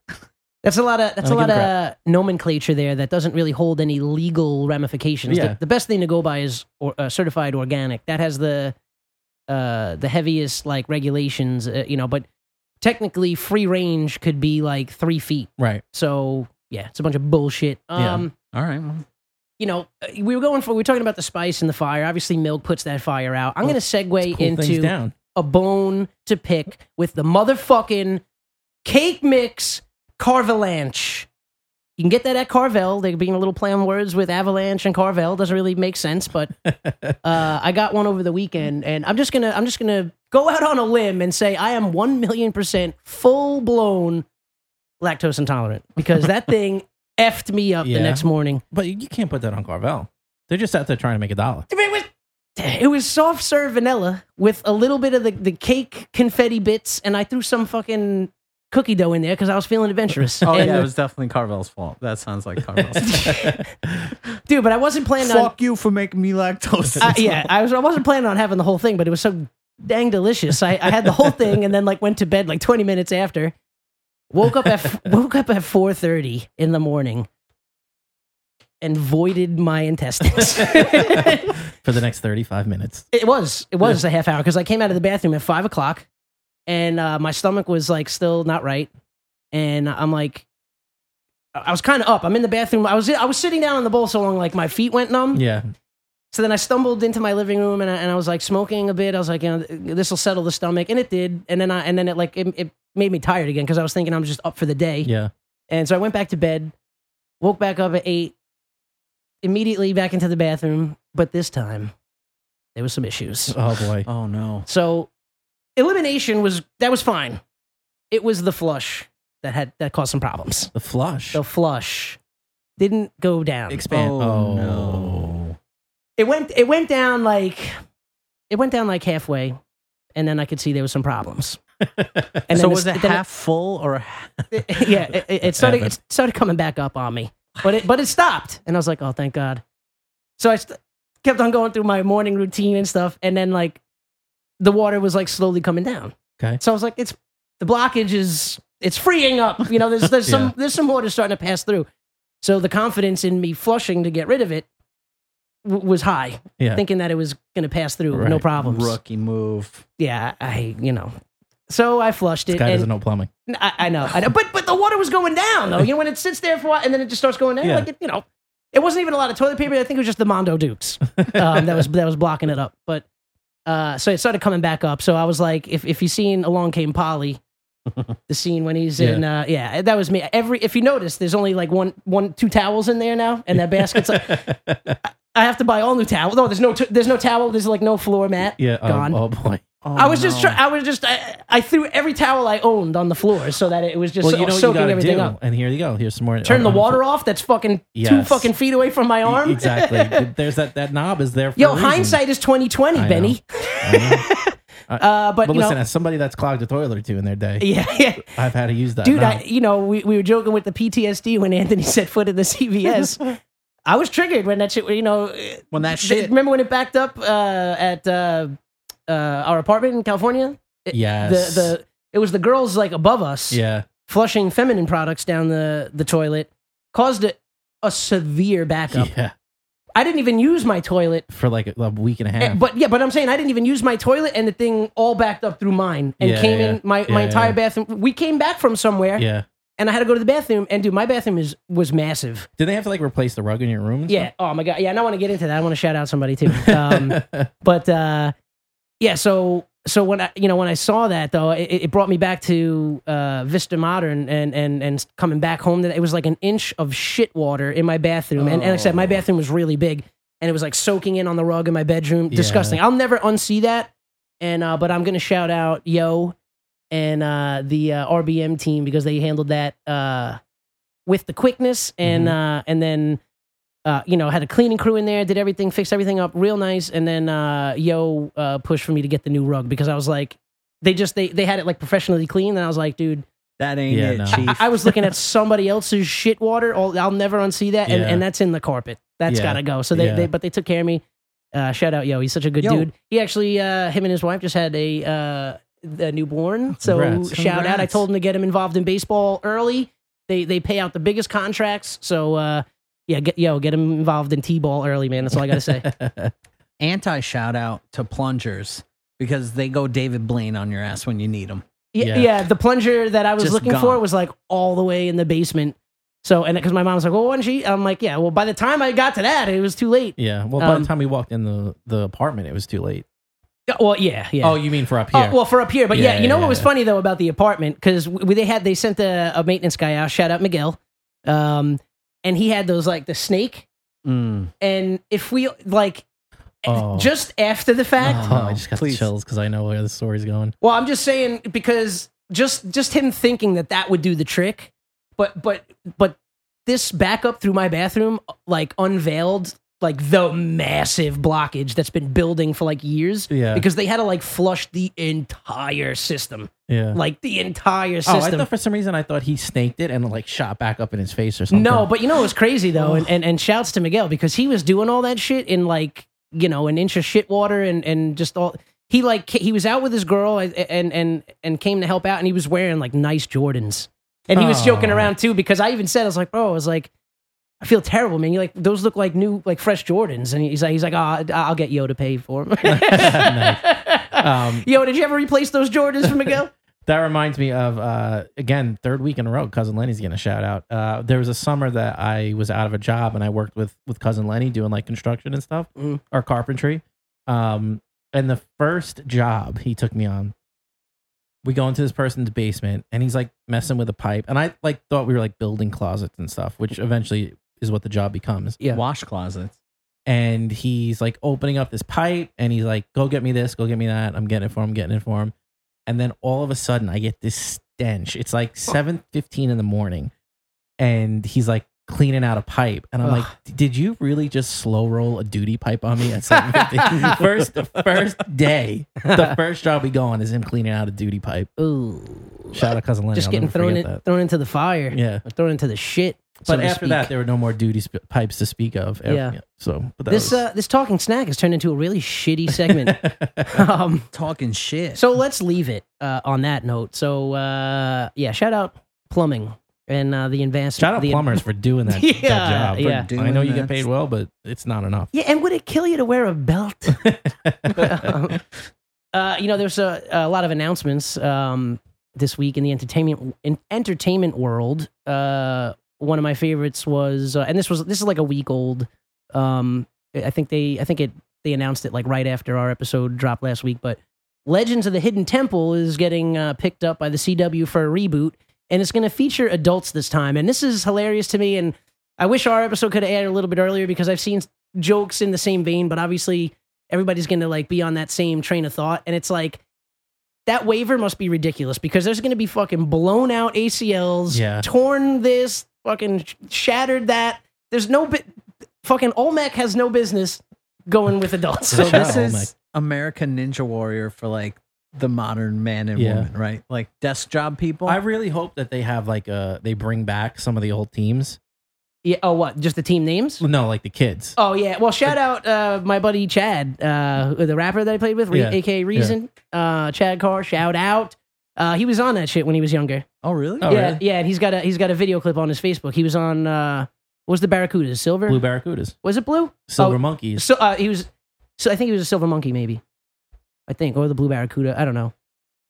That's a lot of. That's
I
a
don't
lot
give a
of nomenclature there that doesn't really hold any legal ramifications.
Yeah.
The, the best thing to go by is or, uh, certified organic. That has the, uh, the heaviest like regulations. Uh, you know, but technically free range could be like three feet.
Right.
So yeah, it's a bunch of bullshit.
Yeah.
Um.
All right. well,
you know, uh, we were going for we were talking about the spice and the fire. Obviously, milk puts that fire out. I'm
Well,
going to segue
Cool things
into
down.
a bone to pick with the motherfucking cake mix carvalanche. You can get that at Carvel. They're being a little play on words with avalanche and Carvel. Doesn't really make sense, but uh, I got one over the weekend, and I'm just gonna I'm just gonna go out on a limb and say I am one million percent full blown lactose intolerant because that thing effed me up
Yeah.
the next morning.
But you you can't put that on Carvel. They're just out there trying to make a dollar.
It was, it was soft serve vanilla with a little bit of the, the cake confetti bits, and I threw some fucking cookie dough in there because I was feeling adventurous.
Oh,
And-
yeah, it was definitely Carvel's fault. That sounds like Carvel's fault.
dude, but I wasn't planning on.
you for making me lactose.
I- yeah, I was. I wasn't planning on having the whole thing, but it was so dang delicious. I, I had the whole thing, and then like went to bed like twenty minutes after. Woke up at woke up at four thirty in the morning, and voided my intestines.
for the next 35 minutes.
It was. It was a half hour because I came out of the bathroom at five o'clock, and uh, my stomach was like still not right, and I'm like, I I was kind of up. I'm in the bathroom. I was I was sitting down on the bowl so long, like my feet went numb.
Yeah.
So then I stumbled into my living room and I, and I was like smoking a bit. I was like, you know, this will settle the stomach, and it did. And then I and then it like it, it made me tired again because I was thinking I'm just up for the day.
Yeah.
And so I went back to bed, woke back up at eight, immediately back into the bathroom, but this time there was some issues.
Oh, boy.
oh, no.
So elimination was that was fine. It was the flush that had that caused some problems.
The flush.
The flush didn't go down.
Expand.
Oh, no.
it went it went down like it went down like halfway and then I could see there was some problems. And
so
then
was
this-
it
then
half full or
yeah, it, it- it started it started coming back up on me, but it but it stopped, and I was like, oh, thank God. So I st- kept on going through my morning routine and stuff, and then like the water was like slowly coming down.
Okay.
So I was like, it's the blockage is it's freeing up. You know, there's there's
Yeah.
some there's some water starting to pass through. So the confidence in me flushing to get rid of it w- was high,
Yeah.
thinking that it was going to pass through, no
Right.
problems.
rookie move?
Yeah, I you know So I flushed it.
Guy
and
doesn't know plumbing.
I, I know, I know. But but the water was going down though. You know when it sits there for a while and then it just starts going down.
Yeah.
Like it, you know, it wasn't even a lot of toilet paper. I think it was just the Mondo Dukes um, that was that was blocking it up. But uh, so it started coming back up. So I was like, if if you seen Along Came Polly, the scene when he's in, uh, yeah, that was me. Every if you notice, there's only like one one two towels in there now, and that basket's like. I have to buy all new towels. No, there's no t- there's no towel. There's like no floor mat.
Yeah. oh,
gone.
Oh, boy.
Oh,
I was just
no.
try- I was just I, I threw every towel I owned on the floor so that it was just
Well,
so-
you know what you
soaking
gotta
everything
do.
up.
And here you go. Here's some more. uh,
Turn the water off. That's fucking two
Yes. E,
fucking feet away from my arm.
Exactly. There's that. That knob is there. For
Yo,
a reason.
hindsight is twenty twenty,
I know.
Benny.
I know.
Uh, but
but
you
listen,
know,
as somebody that's clogged a toilet or two in their day,
yeah, yeah,
I've had to use that.
dude. I
knob.
you know we, we were joking with the PTSD when Anthony set foot in the CVS. I was triggered when that shit. You know, uh,
when that
they-
shit.
remember when it backed up uh, at uh, uh, our apartment in California?
yes.
uh, The the it was the girls like above us.
yeah.
flushing feminine products down the, the toilet caused a, a severe backup.
Yeah.
I didn't even use my toilet.
For like a, a week and a half.
eh, But yeah, but I'm saying I didn't even use my toilet and the thing all backed up through mine and
Yeah,
came
yeah.
in my, my
Yeah,
entire
yeah.
bathroom. We came back from somewhere
yeah.
and I had to go to the bathroom and dude, my bathroom is was massive.
Did they have to like replace the rug in your room? and
Yeah. Oh my god. Yeah, and I want to get into that. I want to shout out somebody too. Um, but uh, yeah, so so when I you know when I saw that though, it, it brought me back to uh, Vista Modern and and and coming back home. That it was like an inch of shit water in my bathroom, and, and like I said, my bathroom was really big, and it was like soaking in on the rug in my bedroom.
Yeah.
Disgusting. I'll never unsee that. And uh, but I'm gonna shout out Yo and uh, the uh, RBM team because they handled that uh, with the quickness and uh, and then uh, you know, had a cleaning crew in there, did everything, fixed everything up real nice, and then uh, yo uh, pushed for me to get the new rug because I was like, they just they they had it like professionally clean, and I was like, dude,
That ain't
Yeah,
it,
no.
chief.
I was looking at somebody else's shit water. All, I'll never unsee that, and,
Yeah.
and that's in the carpet. That's
Yeah.
gotta go. So they,
Yeah.
they but they took care of me. Uh, shout out, yo, he's such a good
Yo.
dude. He actually, uh, him and his wife just had a uh, a newborn. So
Congrats.
shout out. I
Congrats.
told him to get him involved in baseball early. They they pay out the biggest contracts. So uh, yeah, get yo get him involved in t-ball early, man. That's all I gotta say.
Anti shout out to plungers because they go David Blaine on your ass when you need them.
Yeah, yeah.
Yeah.
the plunger that I was
Just
looking
gone.
for was like all the way in the basement. So, and because my mom's like, well, why don't she? I'm like, yeah, well, by the time I got to that, it was too late.
yeah. Well, by
Um,
the time we walked in the, the apartment, it was too late.
Yeah, Well, yeah, yeah.
Oh, you mean for up
Oh,
here?
well, for up here, but yeah,
Yeah,
you know
yeah,
what was
yeah.
funny though about the apartment because they had they sent a, a maintenance guy out. Shout out Miguel, um, and he had those like the snake,
Mm.
and if we like
Oh.
just after the fact,
Oh, I just got
Please.
the chills because I know where the story's going.
Well, I'm just saying because just just him thinking that that would do the trick, but but but this backup through my bathroom like unveiled like the massive blockage that's been building for like years
Yeah.
because they had to like flush the entire system,
Yeah.
like the entire
oh, I
system.
thought for some reason I thought he snaked it and like shot back up in his face or something.
no, but you know it was crazy though, and, and and shouts to Miguel because he was doing all that shit in like you know an inch of shit water and and just all he like he was out with his girl and and and, and came to help out and he was wearing like nice Jordans and he was joking
Aw.
around too because I even said I was like bro I was like I feel terrible man you like those look like new like fresh Jordans and he's like he's like oh, I'll get Yo to pay for them.
um,
Yo, did you ever replace those Jordans for Miguel?
that reminds me of uh, again third week in a row. Cousin Lenny's gonna shout out. Uh, there was a summer that I was out of a job and I worked with with cousin Lenny doing like construction and stuff
Mm.
or carpentry. Um, and the first job he took me on, we go into this person's basement and he's like messing with a pipe, and I like thought we were like building closets and stuff, which eventually is what the job becomes
Yeah.
Wash closets.
and he's like opening up this pipe and he's like, go get me this, go get me that. I'm getting it for him, getting it for him. And then all of a sudden I get this stench. It's like 7.15 in the morning. And he's like cleaning out a pipe. And I'm
Ugh.
like, did you really just slow roll a duty pipe on me at 7.15? first, first day, the first job we go on is him cleaning out a duty pipe.
Ooh,
Shout out cousin Lenny.
just
I'll
getting
never
thrown in,
forget that.
thrown into the fire,
Yeah.
or thrown into the shit. so
But
to
after
speak.
that, there were no more duty sp- pipes to speak of.
Yeah.
So but that
this
was-
uh, this talking snack has turned into a really shitty segment. um,
Talking shit.
so let's leave it uh, on that note. So uh, yeah, shout out plumbing and uh, the advanced
Shout out
the-
plumbers for doing that, that
Yeah,
job. For-
yeah.
I know you
Doing
get paid
that.
well, but it's not enough.
Yeah, and would it kill you to wear a belt? um, Uh, you know, there's a, a lot of announcements um, this week in the entertainment in entertainment world. Uh, one of my favorites was, uh, and this was this is like a week old. Um, I think they I think it they announced it like right after our episode dropped last week. But Legends of the Hidden Temple is getting uh, picked up by the CW for a reboot, and it's going to feature adults this time. And this is hilarious to me. And I wish our episode could have aired a little bit earlier because I've seen jokes in the same vein, but obviously everybody's going to like be on that same train of thought and it's like that waiver must be ridiculous because there's going to be fucking blown out ACLs,
Yeah.
torn this, fucking sh- shattered that. There's no bit fucking Olmec has no business going with adults.
So this
Oh my-
is American Ninja Warrior for like the modern man and
Yeah.
woman, right? Like desk job people.
I really hope that they have like uh they bring back some of the old teams.
yeah, oh what? Just the team names?
No, like the kids.
Oh yeah. Well, shout out uh, my buddy Chad, uh, the rapper that I played with, Re-
Yeah.
aka Reason, uh, Chad Carr. Shout out. Uh, he was on that shit when he was younger.
oh, really?
Oh,
yeah,
really?
yeah. And he's got a he's got a video clip on his Facebook. He was on uh, what was the Barracuda Silver?
Blue barracudas,
Was it blue?
silver
Oh,
monkeys.
So uh, he was. So I think he was a silver monkey, maybe. I think, or the blue barracuda. I don't know.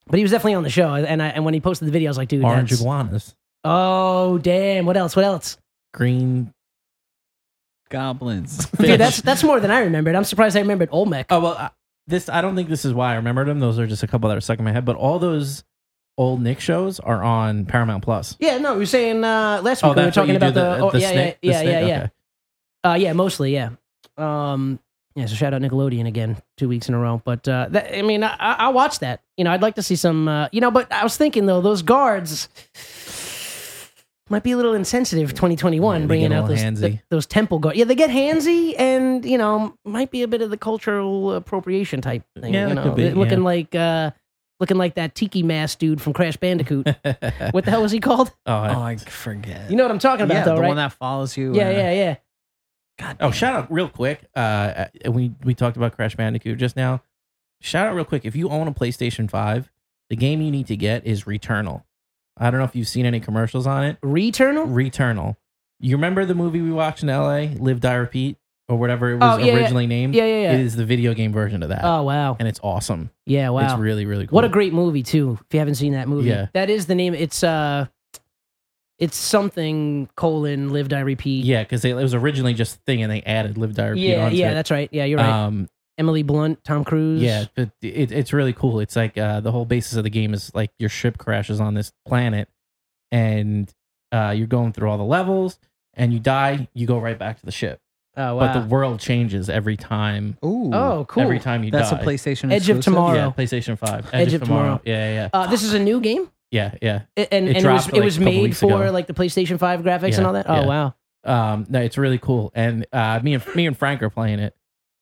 But he was definitely on the show, and I, and when he posted the video, I was like, dude,
orange
that's-
iguanas,
Oh damn! What else? What else?
green.
Goblins.
Fish.
Dude, that's that's more than I remembered. I'm surprised I remembered Olmec.
Oh well, I, this I don't think this is why I remembered them. Those are just a couple that are stuck in my head. But all those old Nick shows are on Paramount Plus.
Yeah, no, we were saying uh, last week we were
Oh, that's what
talking
you do,
about the, oh, yeah,
snake- the
yeah, yeah, yeah,
snake?
yeah,
Okay.
Uh, yeah, mostly, yeah. Um, yeah, so shout out Nickelodeon again, two weeks in a row. But uh, that, I mean, I, I I'll watch that. You know, I'd like to see some. Uh, you know, but I was thinking though, those guards might be a little insensitive. Twenty twenty
Yeah,
one,
they
bringing
get
out
all
those
handsy.
th- those temple guards. Yeah, they get handsy, and you know, might be a bit of the cultural appropriation type thing.
Yeah, that
you know,
could be,
looking
yeah.
like uh, looking like that tiki mask dude from Crash Bandicoot. what the hell was he called?
oh, I-
Oh, I forget.
You know what I'm talking about,
yeah,
though,
the
right?
one that follows you.
yeah,
uh,
yeah, yeah.
Oh, shout out real quick. Uh, uh, we we talked about Crash Bandicoot just now. Shout out real quick. If you own a PlayStation Five, the game you need to get is Returnal. I don't know if you've seen any commercials on it.
Returnal.
Returnal. You remember the movie we watched in L.A. Live Die Repeat or whatever it was
Oh, yeah, yeah.
originally named?
Yeah, yeah, yeah.
It is the video game version of that,
Oh wow!
and it's awesome.
Yeah, wow!
It's really really cool.
What a great movie too. If you haven't seen that movie,
Yeah.
that is the name. It's uh, it's something colon lived I repeat.
yeah because it was originally just a thing and they added Live Die Repeat
yeah,
onto
yeah,
it.
that's right. Yeah, you're right.
Um,
Emily Blunt, Tom Cruise.
Yeah, but it, it's really cool. It's like uh, the whole basis of the game is like your ship crashes on this planet, and uh, you're going through all the levels, and you die, you go right back to the ship.
Oh
But
wow!
the world changes every time.
Ooh.
oh cool.
Every time you
That's
die.
a PlayStation.
Edge of
exclusive?
Tomorrow.
Yeah, PlayStation Five.
Edge of Tomorrow.
Yeah, yeah,
Uh, this is a new game,
yeah, yeah.
A- and
It
and it
dropped,
was
like,
it was
a couple
made
weeks
for
ago.
like the PlayStation Five graphics
Yeah,
and all that. Oh
yeah.
wow!
Um, no, it's really cool. And uh, me and me and Frank are playing it,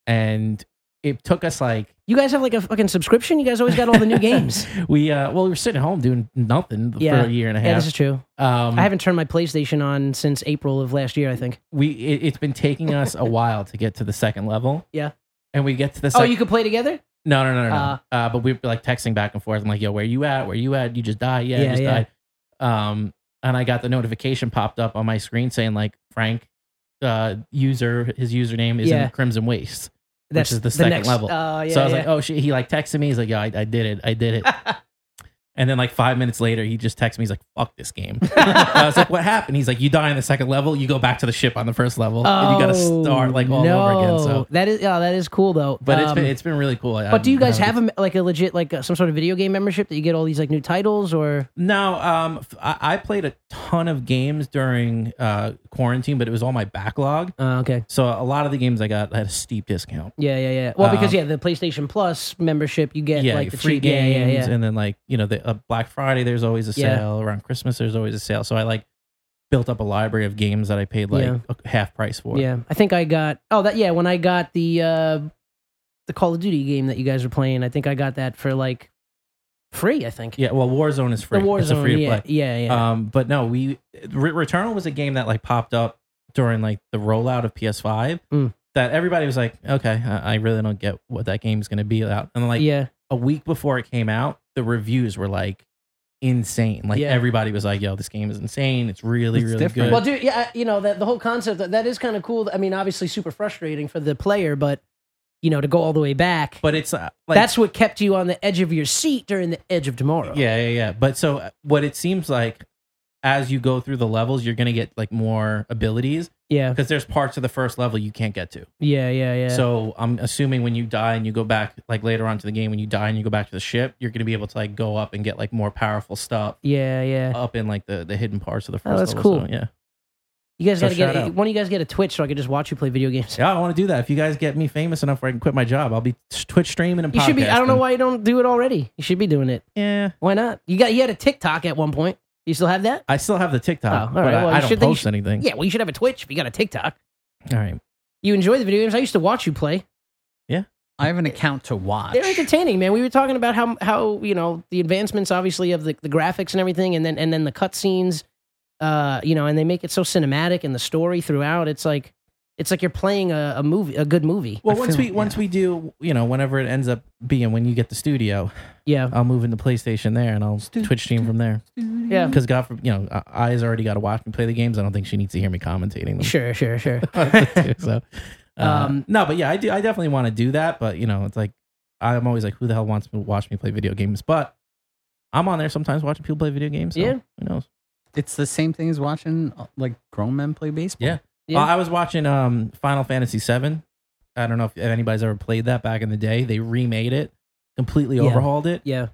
and it took us like
You guys have like a fucking subscription. You guys always got all the new games.
we uh well we were sitting at home doing nothing
Yeah.
for a year and a
Yeah, this
half.
is true.
um,
I haven't turned my PlayStation on since April of last year. I think.
we it, it's been taking us a while to get to the second level.
Yeah.
And we get to the
oh,
second.
you could play together.
no, no, no, no, no.
Uh,
Uh, but we were like texting back and forth. I'm like, yo, where you at? Where you at? You just died. Yeah,
Yeah,
you just
yeah.
died. Um, and I got the notification popped up on my screen saying like Frank, uh, user his username is
Yeah.
in Crimson Waste.
That's
is the second
next,
level.
Uh, yeah,
so I was
yeah.
like, oh shit. He like texted me. He's like, yo, I, I did it. I did it. and then like five minutes later, he just texted me. He's like, fuck this game. I was like, what happened? He's like, you die on the second level. You go back to the ship on the first level. and you got to
Oh,
start like all over again. So
no. that is oh, that is cool though.
but it's
Um,
been it's been really cool. I-
but do you guys
I-
have a, like a legit like uh, some sort of video game membership that you get all these like new titles or?
No, um, f- I, I played a ton of games during uh, quarantine, but it was all my backlog.
Uh, okay.
So a lot of the games I got had a steep discount.
Yeah, yeah, yeah. Well, because
Um,
yeah, the PlayStation Plus membership, you get
Yeah,
like the
free
cheap,
games,
Yeah, yeah, yeah.
and then like you know, the uh, Black Friday there's always a
Yeah.
sale. Around Christmas there's always a sale. So I like built up a library of games that I paid like
Yeah.
a- half price for.
yeah, I think I got. Oh, that yeah. When I got the uh the Call of Duty game that you guys were playing, I think I got that for like free. I think
yeah. Well, Warzone is free.
the Warzone.
it's a free to
yeah,
play.
yeah, yeah.
Um, but no, we Re- Returnal was a game that like popped up during like the rollout of PS5
Mm.
that everybody was like, okay, I, I really don't get what that game's going to be about. And like
yeah,
a week before it came out, the reviews were like insane. Like
Yeah.
everybody was like, yo, this game is insane. It's really,
It's
really
different.
good.
Well, dude, yeah, I- you know that the whole concept that, that is kind of cool. I mean, obviously, super frustrating for the player, but you know, to go all the way back.
But it's uh, like,
that's what kept you on the edge of your seat during the edge of tomorrow.
yeah, yeah, yeah. But so uh, what it seems like as you go through the levels, you're gonna get like more abilities
yeah,
because there's parts of the first level you can't get to.
yeah, yeah, yeah.
So I'm assuming when you die and you go back like later on to the game, when you die and you go back to the ship, you're gonna be able to like go up and get like more powerful stuff
yeah, yeah.
up in like the the hidden parts of the
Oh,
first.
that's
level.
cool.
So, yeah,
you guys
so
got to get
shout out.
one of you guys get a Twitch so I can just watch you play video games.
yeah. I want to do that. If you guys get me famous enough where I can quit my job, I'll be Twitch streaming and
You should be. I don't know
podcasting.
why you don't do it already. You should be doing it.
Yeah,
Why not? You got you had a TikTok at one point. You still have that?
I still have the TikTok,
Oh, all
but
right.
I,
Well,
I
you
don't
should- then you
post
should-
anything.
Yeah. Well, you should have a Twitch if you got a TikTok.
All right.
You enjoy the video games. I used to watch you play.
I have an account to watch.
They're entertaining, man. We were talking about how how you know the advancements, obviously, of the, the graphics and everything, and then and then the cutscenes, uh, you know, and they make it so cinematic and the story throughout. It's like it's like you're playing a, a movie, a good movie.
Well,
I
once
feel-
we once we do, you know, whenever it ends up being when you get the studio,
Yeah,
I'll move into PlayStation there and I'll Twitch stream from there.
yeah.
Because God, for, you know, I has already got to watch me play the games. I don't think she needs to hear me commentating them.
Sure, sure, sure.
so, uh,
Um,
no, but yeah, I do. I definitely want to do that, but you know, it's like I'm always like, who the hell wants to watch me play video games? But I'm on there sometimes watching people play video games. So
Yeah.
who knows?
It's the same thing as watching uh, like grown men play baseball.
Yeah.
Yeah.
Uh, I was watching um Final Fantasy VII. I don't know if anybody's ever played that back in the day. They remade it, completely
Yeah.
overhauled it.
Yeah,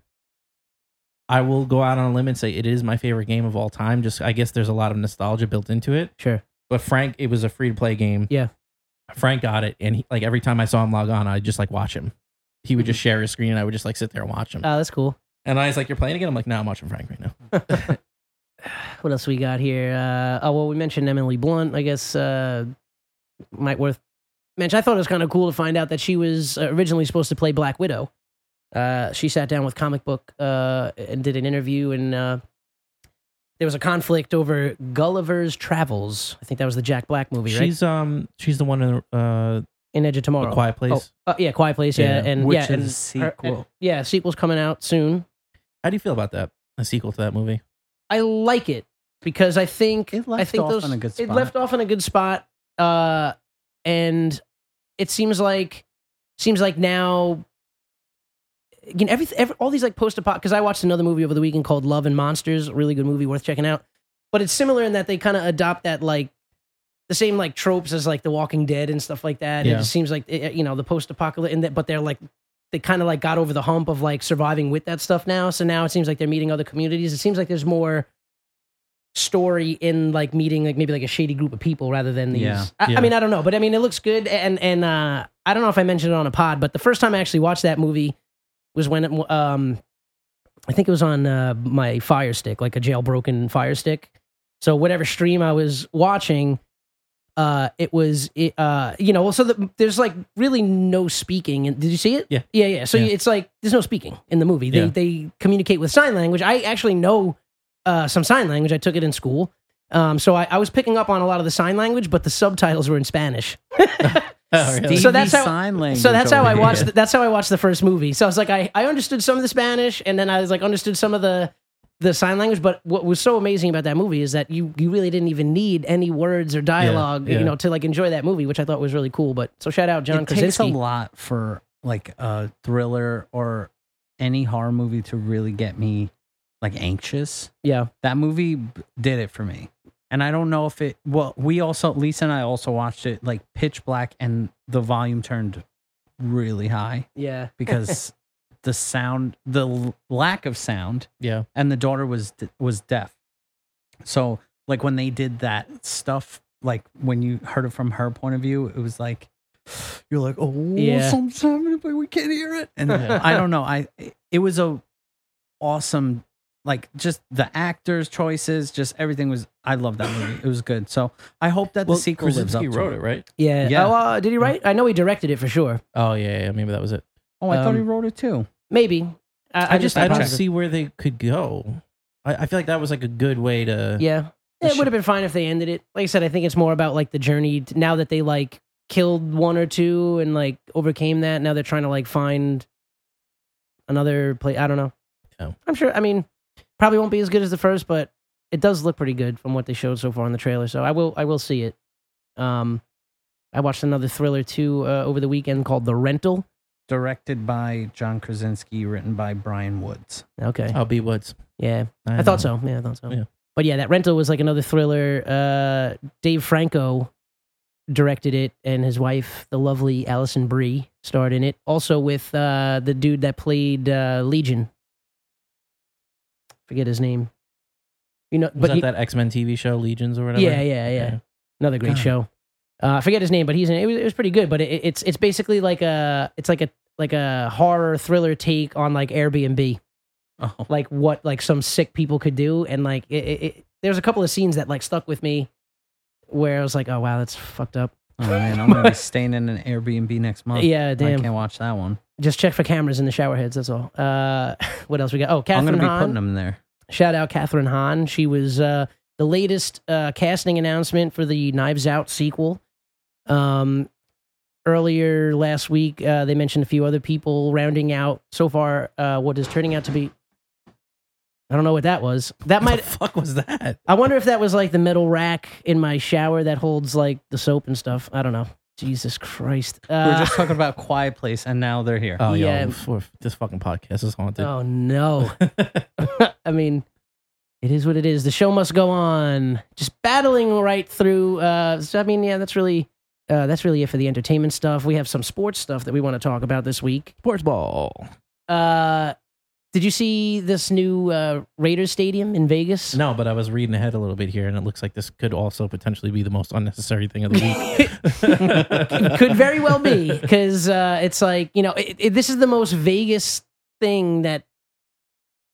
I will go out on a limb and say it is my favorite game of all time. Just I guess there's a lot of nostalgia built into it.
sure.
But Frank, it was a free to play game.
Yeah.
Frank got it, and he, like every time I saw him log on, I'd just like watch him. He would just share his screen, and I would just like sit there and watch him.
Oh, that's cool.
and I was like, "You're playing again?" I'm like, "No, I'm watching Frank right now."
What else we got here? Uh, oh well, we mentioned Emily Blunt. I guess uh, might worth mention. I thought it was kind of cool to find out that she was uh, originally supposed to play Black Widow. Uh, she sat down with comic book uh, and did an interview, and uh, there was a conflict over Gulliver's Travels. I think that was the Jack Black movie, right?
She's um she's the one in the, uh,
In Edge of Tomorrow,
the Quiet Place.
Oh, uh, yeah, Quiet Place. Yeah,
Yeah,
and
which
yeah,
is
and
a
her-
sequel.
and- yeah, sequel's coming out soon.
How do you feel about that? A sequel to that movie?
I like it because I think
It
I
left
think
off
those,
on a good
It
spot.
left off on a good spot, uh, and it seems like seems like now. You know, every, every, all these like post apoc because I watched another movie over the weekend called Love and Monsters, a really good movie worth checking out. But it's similar in that they kind of adopt that like the same like tropes as like The Walking Dead and stuff like that.
Yeah.
It just seems like it, you know the post apocalypse, and that but they're like they kind of like got over the hump of like surviving with that stuff now. So now it seems like they're meeting other communities. It seems like there's more story in like meeting like maybe like a shady group of people rather than these.
Yeah,
I, I
yeah.
mean, I don't know, but I mean, it looks good. And and uh, I don't know if I mentioned it on a pod, but the first time I actually watched that movie was when it, um, I think it was on uh, my Fire Stick, like a jailbroken Fire Stick. So whatever stream I was watching, uh, it was it, uh, you know, well, so the, there's like really no speaking. And did you see it?
Yeah.
yeah, yeah. So
Yeah.
it's like there's no speaking in the movie. They
Yeah.
they communicate with sign language. I actually know uh, some sign language. I took it in school. Um, so I, I was picking up on a lot of the sign language, but the subtitles were in Spanish.
Oh, really?
So that's how-
sign language.
So that's how
over
I
here.
watched. The, that's how I watched the first movie. So I was like, I, I understood some of the Spanish, and then I was like, understood some of the the sign language. But what was so amazing about that movie is that you you really didn't even need any words or dialogue,
yeah.
you know, to like enjoy that movie, which I thought was really cool. But so shout out John
it takes a
Krasinski.
lot for like a thriller or any horror movie to really get me like anxious.
yeah,
That movie b- did it for me. And I don't know if it well, we also Lisa and I also watched it like pitch black and the volume turned really high
yeah,
because the sound the l- lack of sound
yeah.
and the daughter was d- was deaf. So like when they did that stuff, like when you heard it from her point of view, it was like you're like, oh,
Yeah.
something's happening, but we can't hear it. And I don't know. I it was a awesome, like just the actors' choices, just everything was. I love that movie. It was good. So I hope that the sequel lives up.
Krasinski
to
wrote it, right?
yeah.
Yeah.
Oh, uh, did he write? I know he directed it for sure.
Oh yeah, yeah. Maybe that was it.
Oh, I thought he
Um,
wrote it too.
Maybe. I,
I just I don't
checked.
see where they could go. I, I feel like that was like a good way to.
Yeah.
They
It would
should-
have been fine if they ended it. Like I said, I think it's more about like the journey t- now that they like killed one or two and like overcame that. Now they're trying to like find another play. I don't know.
Yeah.
I'm sure. I mean, probably won't be as good as the first, but it does look pretty good from what they showed so far in the trailer. So I will, I will see it. Um, I watched another thriller too uh, over the weekend called The Rental.
Directed by John Krasinski, written by Brian Woods.
Okay.
I'll be Woods.
Yeah. I thought so. Yeah, I thought so.
Yeah.
But yeah, that rental was like another thriller. Uh, Dave Franco directed it, and his wife, the lovely Allison Brie, starred in it. Also with uh, the dude that played uh, Legion. Forget his name. You know,
Was
but
that
he-
that X Men TV show Legions or whatever?
yeah, yeah, yeah. Another great
God.
show. Uh, I forget his name, but he's in it. Was, it was pretty good, but it, it's it's basically like a it's like a like a horror thriller take on like Airbnb
Oh,
like what like some sick people could do and like it, it, it there's a couple of scenes that like stuck with me where i was like oh wow that's fucked up
oh, man, I'm gonna be staying in an Airbnb next month.
yeah
I
damn
can't watch that one.
just check for cameras in the shower heads that's all uh what else we got oh
I'm
catherine
gonna be
hahn
putting them there.
shout out catherine hahn she was uh the latest uh casting announcement for the knives out sequel um earlier last week uh they mentioned a few other people rounding out so far uh what is turning out to be i don't know what that was that
What
might
the fuck was that?
I wonder if that was like the metal rack in my shower that holds like the soap and stuff. I don't know. Jesus Christ.
We were
Uh,
just talking about Quiet Place, and now they're here.
Oh yeah,
Yeah.
oof, oof. this fucking podcast is haunted.
oh no. I mean, it is what it is. The show must go on. Just battling right through. Uh, so I mean, yeah, that's really uh, that's really it for the entertainment stuff. We have some sports stuff that we want to talk about this week.
Sports ball.
Uh, did you see this new uh, Raiders stadium in Vegas?
No, but I was reading ahead a little bit here, and it looks like this could also potentially be the most unnecessary thing of the week.
could very well be because uh, it's like you know it, it, this is the most Vegas thing that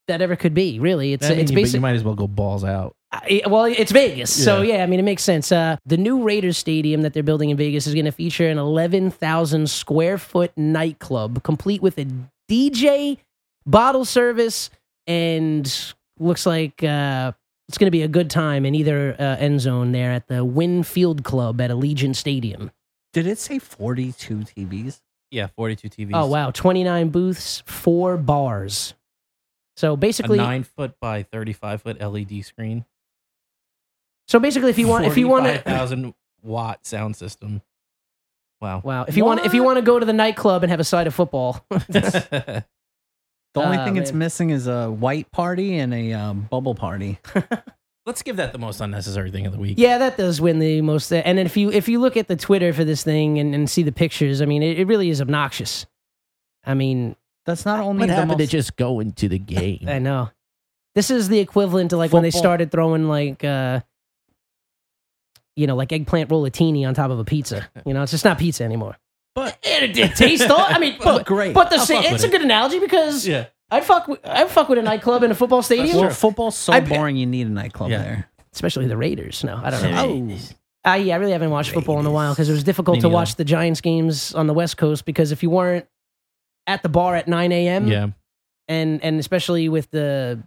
that ever could be. Really, it's
I mean,
it's
you, but you
basic.
might as well go balls out.
I- well, it's Vegas, so yeah. I mean, it makes sense. Uh, the new Raiders stadium that they're building in Vegas is going to feature an eleven thousand square foot nightclub, complete with a DJ, bottle service, and looks like. Uh, it's going to be a good time in either uh, end zone there at the Winfield Club at Allegiant Stadium.
Did it say 42 TVs?
Yeah, forty-two TVs.
Oh wow, twenty nine booths, four bars. So
A
basically,
nine foot by thirty-five foot LED screen.
so basically, if you want, if you want to,
thousand watt sound system. Wow.
wow, if you want, if you want to go to the nightclub and have a side of football,
The only
Ah,
thing it's
man.
missing is a white party and a um, bubble party.
Let's give that the most unnecessary thing of the week.
yeah, that does win the most. uh, And then if you if you look at the Twitter for this thing and, and see the pictures, I mean, it, it really is obnoxious. I mean,
That's not only the most-
just going to the game?
I know this is the equivalent to like when they
Football.
started throwing like. uh you know, like eggplant rollatini on top of a pizza. You know, it's just not pizza anymore.
But
It did taste all. I mean,
But
but,
great.
But the
I'll
sa-
fuck with
it's a
it.
good analogy because
yeah,
I'd fuck with, I'd fuck with a nightclub and a football stadium,
well, football's so
I-
boring. You need a nightclub
Yeah.
there.
especially the Raiders. No, I don't know.
Oh,
I, yeah, I really haven't watched football in a while because it was difficult
Me
to
neither.
watch the Giants games on the West Coast because if you weren't at the bar at nine a.m.
yeah.
and and especially with the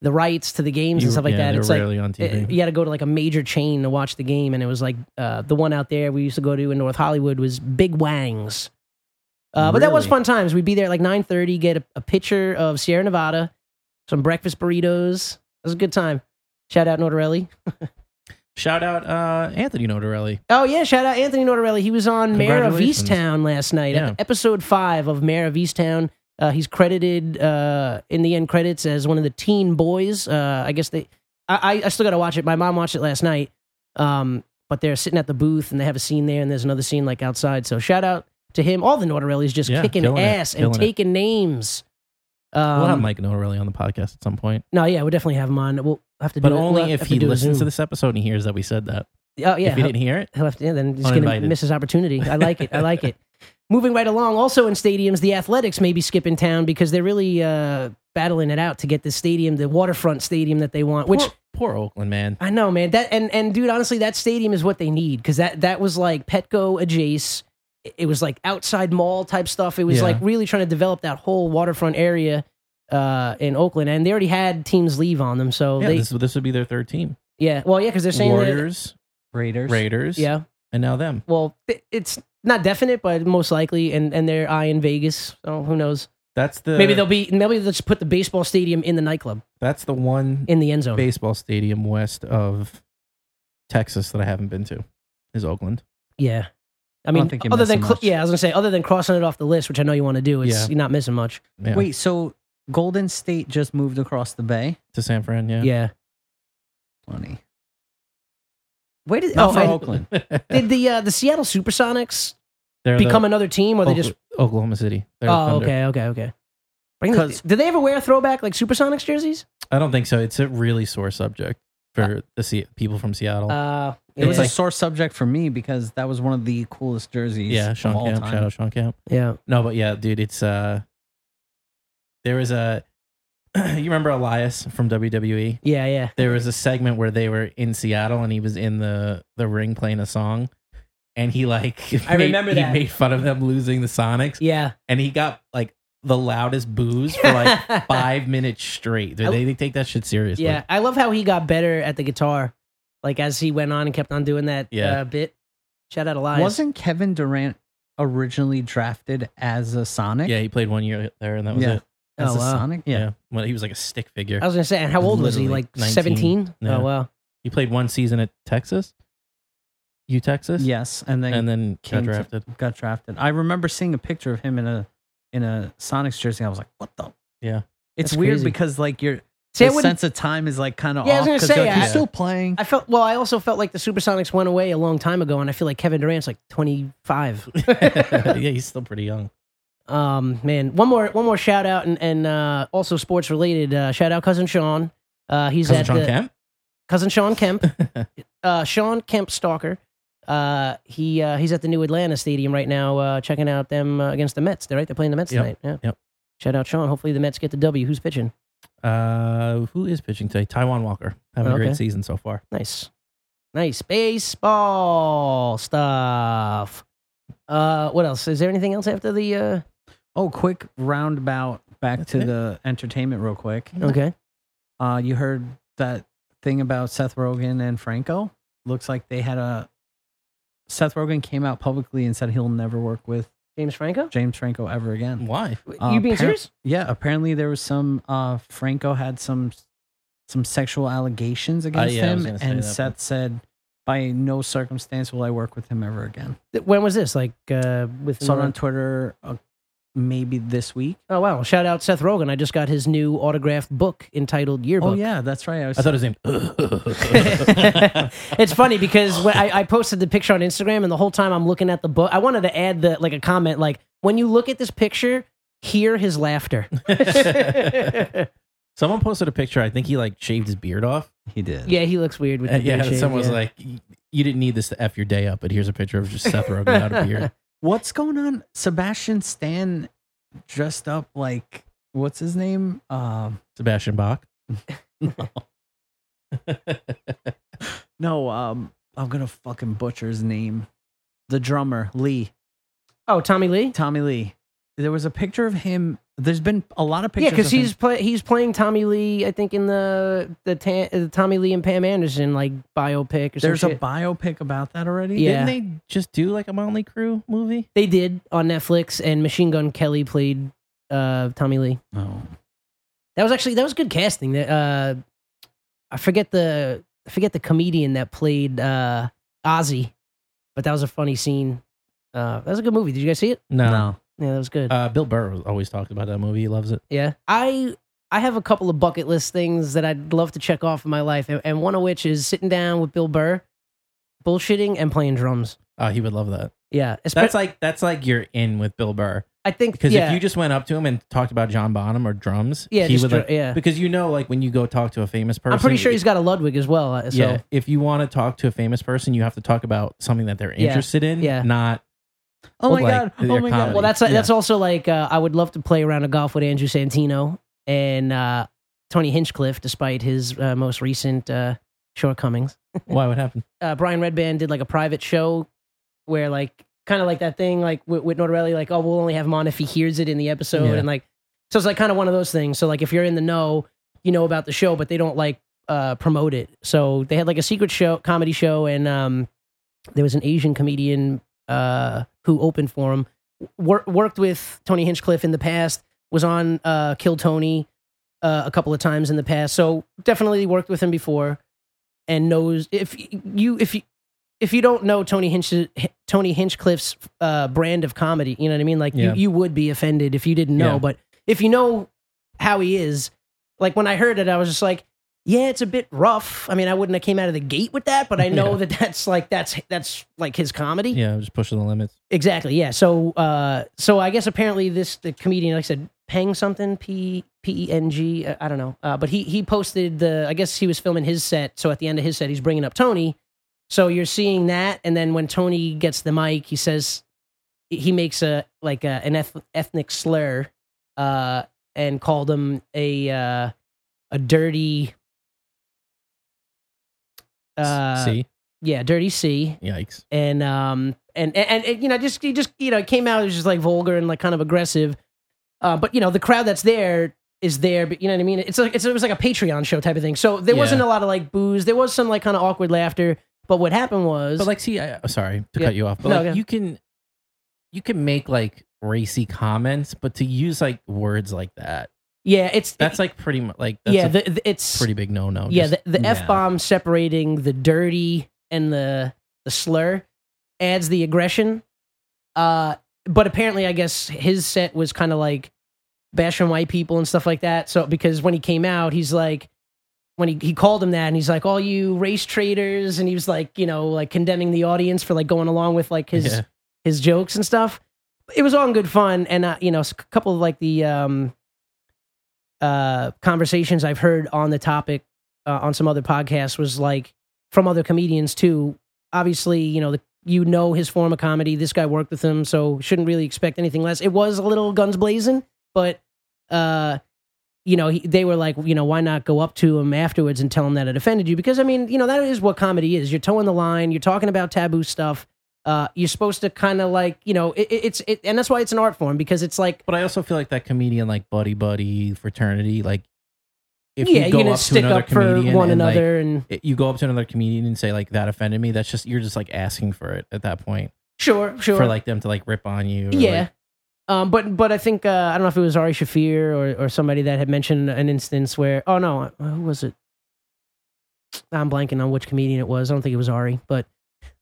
the rights to the games
You-
and stuff like
yeah,
that,
they're
it's like uh,
rarely on TV.
it- you had to go to like a major chain to watch the game, and it was like uh, the one out there we used to go to in North Hollywood was Big Wangs. Uh, but that was
Really?
fun times. We'd be there at like nine thirty, get a, a picture of Sierra Nevada, some breakfast burritos. It was a good time. Shout out Notarelli.
Shout out uh, Anthony Notarelli.
Oh yeah, shout out Anthony Notarelli. He was on Mayor of
Congratulations.
Easttown last night,
Yeah.
ep- episode five of Mayor of Easttown. Uh, he's credited uh, in the end credits as one of the teen boys. Uh, I guess they. I, I- I still got to watch it. My mom watched it last night. Um, but they're sitting at the booth and they have a scene there, and there's another scene like outside. So shout out to him. All the Notarellis just
Yeah,
kicking
killing it,
ass and
killing it.
taking names. Um,
we'll have Mike Notarelli on the podcast at some point,
No, yeah, we'll definitely have him on. We'll have to do
but
it. we'll
only
have
if
to
he
do a
listens to
Zoom.
this episode and he hears that we said that.
Oh yeah,
if he didn't hear it,
He'll have to, yeah, then he's going to
Uninvited.
miss his opportunity. I like it. I like it. Moving right along, also in stadiums, the Athletics may be skipping town because they're really uh, battling it out to get this stadium, the waterfront stadium that they want. Which
poor, poor Oakland man.
I know, man. That and and dude, honestly, that stadium is what they need because that that was like Petco adjacent. It was like outside mall type stuff. It was
Yeah.
like really trying to develop that whole waterfront area uh, in Oakland, and they already had teams leave on them. So
yeah,
they,
this, this would be their third team:
yeah, well, yeah, because they're saying that-
Warriors,
Raiders.
Raiders,
yeah,
and now them.
well, it- it's not definite, but most likely, and and they're eyeing Vegas. So who knows?
That's the
maybe they'll be maybe they'll just put the baseball stadium in the nightclub
That's the one
in the end zone.
baseball stadium west of Texas that I haven't been to is Oakland.
yeah, I mean,
think you
other
miss
than
so
cl-
much.
yeah, I was gonna say other than crossing it off the list, which I know you want to do, it's
Yeah.
you're not missing much.
Yeah.
Wait, so Golden State just moved across the bay?
to San Fran.
Yeah.
Yeah.
Funny.
Where did
Not
oh,
for
and-
Oakland.
did the uh, the Seattle Supersonics
They're
become
the,
another team, or they
Oakla-
just?
Oklahoma City. They're
Oh,
Thunder.
okay, okay, okay. Bring the-
'Cause-
Did they ever wear throwback like Supersonics jerseys?
I don't think so. It's a really sore subject for the Se- people from Seattle.
Uh,
It was
yeah.
a sore subject for me because that was one of the coolest jerseys.
yeah,
of
Sean
all
Camp.
time.
Shout out Sean Camp.
yeah.
No, but yeah, dude, it's uh, there was a. you remember Elias from WWE?
Yeah, yeah.
There was a segment where they were in Seattle and he was in the the ring playing a song, and he like
I
made-
remember
he
that.
made fun of them losing the Sonics,
Yeah.
and he got like the loudest boos for like five minutes straight. Dude, they, they take that shit seriously.
Yeah. I love how he got better at the guitar, like as he went on and kept on doing that
Yeah.
uh, bit. Shout out Elias.
Wasn't Kevin Durant originally drafted as a Sonic?
yeah, he played one year there, and that was
Yeah.
it.
As
Oh,
a
wow.
Sonic?
Yeah, Well, he was like a stick figure.
I was gonna say, and how old was he?
Literally
Like
19.
seventeen.
Yeah.
Oh wow.
He played one season at Texas, U Texas.
Yes. And then,
and then got
came to-
drafted.
got drafted. I remember seeing a picture of him in a in a Sonics jersey. I was like, what the?
Yeah.
It's
That's
weird
crazy.
because like your
See, I
the
wouldn't.
sense of time is like kind of
Yeah, I
off
was gonna
you're,
say,
like, you're
I-
still playing.
I felt well. I also felt like the Supersonics went away a long time ago, and I feel like Kevin Durant's like twenty five.
yeah, he's still pretty young.
Um, man, one more one more shout out and and uh, also sports related. Uh, shout out cousin Sean. Uh, he's
Cousin
at
John
the,
Kemp.
cousin Sean Kemp. uh, Sean Kemp Stalker. Uh, he uh, he's at the New Atlanta Stadium right now, uh, checking out them uh, against the Mets. They're right. They're playing the Mets
Yep.
tonight. Yeah.
Yep.
Shout out Sean. Hopefully the Mets get the W. Who's pitching?
Uh, who is pitching today? Taiwan Walker having a
Okay.
great season so far.
Nice, nice baseball stuff. Uh, what else? Is there anything else after the? Uh,
Oh, quick roundabout back
That's
to
it.
the entertainment real quick.
okay.
Uh, you heard that thing about Seth Rogen and Franco? Looks like they had a. Seth Rogen came out publicly and said he'll never work with
James Franco.
James Franco ever again.
Why?
Uh,
you being
appar-
serious?
Yeah, apparently there was some. Uh, Franco had some some sexual allegations against
Uh, yeah, I was
him,
gonna say
and
that,
Seth said, "By no circumstance will I work with him ever again."
Th- When was this? Like uh, with
Saw it on Twitter, uh, maybe this week.
Oh wow! Shout out Seth Rogen. I just got his new autographed book entitled Yearbook.
Oh yeah, that's right. I was.
I thought his name.
it's funny because when I, I posted the picture on Instagram, and the whole time I'm looking at the book, I wanted to add the like a comment like, "When you look at this picture, hear his laughter."
Someone posted a picture. I think he like shaved his beard off.
he did.
yeah, he looks weird with
Uh,
the
yeah,
beard shave,
someone was
yeah.
like, "You didn't need this to f your day up," but here's a picture of just Seth Rogen without a beard.
What's going on? Sebastian Stan dressed up like what's his name? Um,
Sebastian Bach.
no, um, I'm gonna fucking butcher his name. The drummer Lee,
"Oh, Tommy Lee."
Tommy Lee. There was a picture of him. There's been a lot of
Yeah,
pictures.
because
of him.
he's play, he's playing Tommy Lee. I think in the the, ta- the Tommy Lee and Pam Anderson like biopic or
there's a
something.
biopic about that already.
Yeah.
Didn't they just do like a Motley Crue movie?
They did on Netflix, and Machine Gun Kelly played uh, Tommy Lee.
Oh,
That was actually that was good casting. That uh, I forget the I forget the comedian that played uh, Ozzy, but that was a funny scene. Uh, that was a good movie. Did you guys see it?
no.
Yeah, that was good.
Uh, Bill Burr was- always talks about that movie. He loves it.
yeah, I I have a couple of bucket list things that I'd love to check off in my life, and, and one of which is sitting down with Bill Burr, bullshitting and playing drums.
Oh, he would love that.
Yeah, espe-
That's like that's like you're in with Bill Burr
I think
because
yeah,
if you just went up to him and talked about John Bonham or drums,
yeah,
he
just
would
dr-
like,
yeah.
because you know like when you go talk to a famous person,
I'm pretty sure he's got a Ludwig as well. uh, So
yeah. If you want to talk to a famous person, you have to talk about something that they're
Yeah.
interested in,
Yeah.
not
Oh my
Like,
god.
their
Oh
comedy.
my god.
Well, that's
yeah.
that's also like uh, I would love to play around a golf with Andrew Santino and uh, Tony Hinchcliffe, despite his uh, most recent uh, shortcomings.
why would happen.
Uh, Brian Redband did like a private show where, like, kind of like that thing, like with, with Nordarelli, like, oh, we'll only have him on if he hears it in the episode,
Yeah.
and like, so it's like kind of one of those things. So like, if you're in the know, you know about the show, but they don't like uh, promote it. So they had like a secret show, comedy show, and um, there was an Asian comedian uh, who opened for him. Wor- worked with Tony Hinchcliffe in the past. Was on uh, Kill Tony uh, a couple of times in the past. So definitely worked with him before, and knows if you if you if you don't know Tony Hinch Tony Hinchcliffe's uh, brand of comedy, you know what I mean. Like
Yeah.
you, you would be offended if you didn't know,
Yeah.
but if you know how he is, like when I heard it, I was just like, yeah, it's a bit rough. I mean, I wouldn't have came out of the gate with that, but I know
Yeah.
that that's like that's that's like his comedy.
Yeah, I'm just pushing the limits.
Exactly. Yeah. So, uh, so I guess apparently this the comedian, like I said, Peng something, P P E N G. uh, I don't know. Uh, but he he posted the. I guess he was filming his set. So at the end of his set, he's bringing up Tony. So you're seeing that, and then when Tony gets the mic, he says he makes a like a, an eth- ethnic slur, uh, and called him a uh, a dirty. Uh,
See,
yeah, dirty C
yikes.
and um and and, and you know just he just you know it came out it was just like vulgar and like kind of aggressive uh, but you know the crowd that's there is there but you know what i mean it's like it's, it was like a patreon show type of thing so there
Yeah.
wasn't a lot of like booze there was some like kind of awkward laughter but what happened was
But like, see, I, uh, sorry to
Yeah.
cut you off, but
No,
like,
go.
you can, you can make like racy comments, but to use like words like that,
yeah it's
that's like pretty much like that's
yeah
a
the, the- it's
pretty big no no.
yeah the, the f-bomb separating the dirty and the the slur adds the aggression uh but apparently i guess his set was kind of like bashing white people and stuff like that so because when he came out he's like when he, he called him that and he's like all you race traitors and he was like you know like condemning the audience for like going along with like his
Yeah.
his jokes and stuff it was all in good fun and uh, you know s- a couple of like the um uh conversations i've heard on the topic uh, on some other podcasts was like from other comedians too obviously you know the you know his form of comedy this guy worked with him so shouldn't really expect anything less it was a little guns blazing but uh you know he, they were like you know why not go up to him afterwards and tell him that it offended you because i mean you know that is what comedy is you're towing the line you're talking about taboo stuff uh you're supposed to kind of like you know it, it- it's it, and that's why it's an art form because it's like
But I also feel like that comedian, like buddy buddy fraternity, like if
yeah
you
you
go
are gonna
up to
stick
another
up for
comedian
one
and, like,
another and
it- you go up to another comedian and say like that offended me that's just you're just like asking for it at that point
sure sure
for like them to like rip on you or,
Yeah.
like-
um, but but I think uh, I don't know if it was Ari Shafir or, or somebody that had mentioned an instance where oh no who was it I'm blanking on which comedian it was I don't think it was Ari but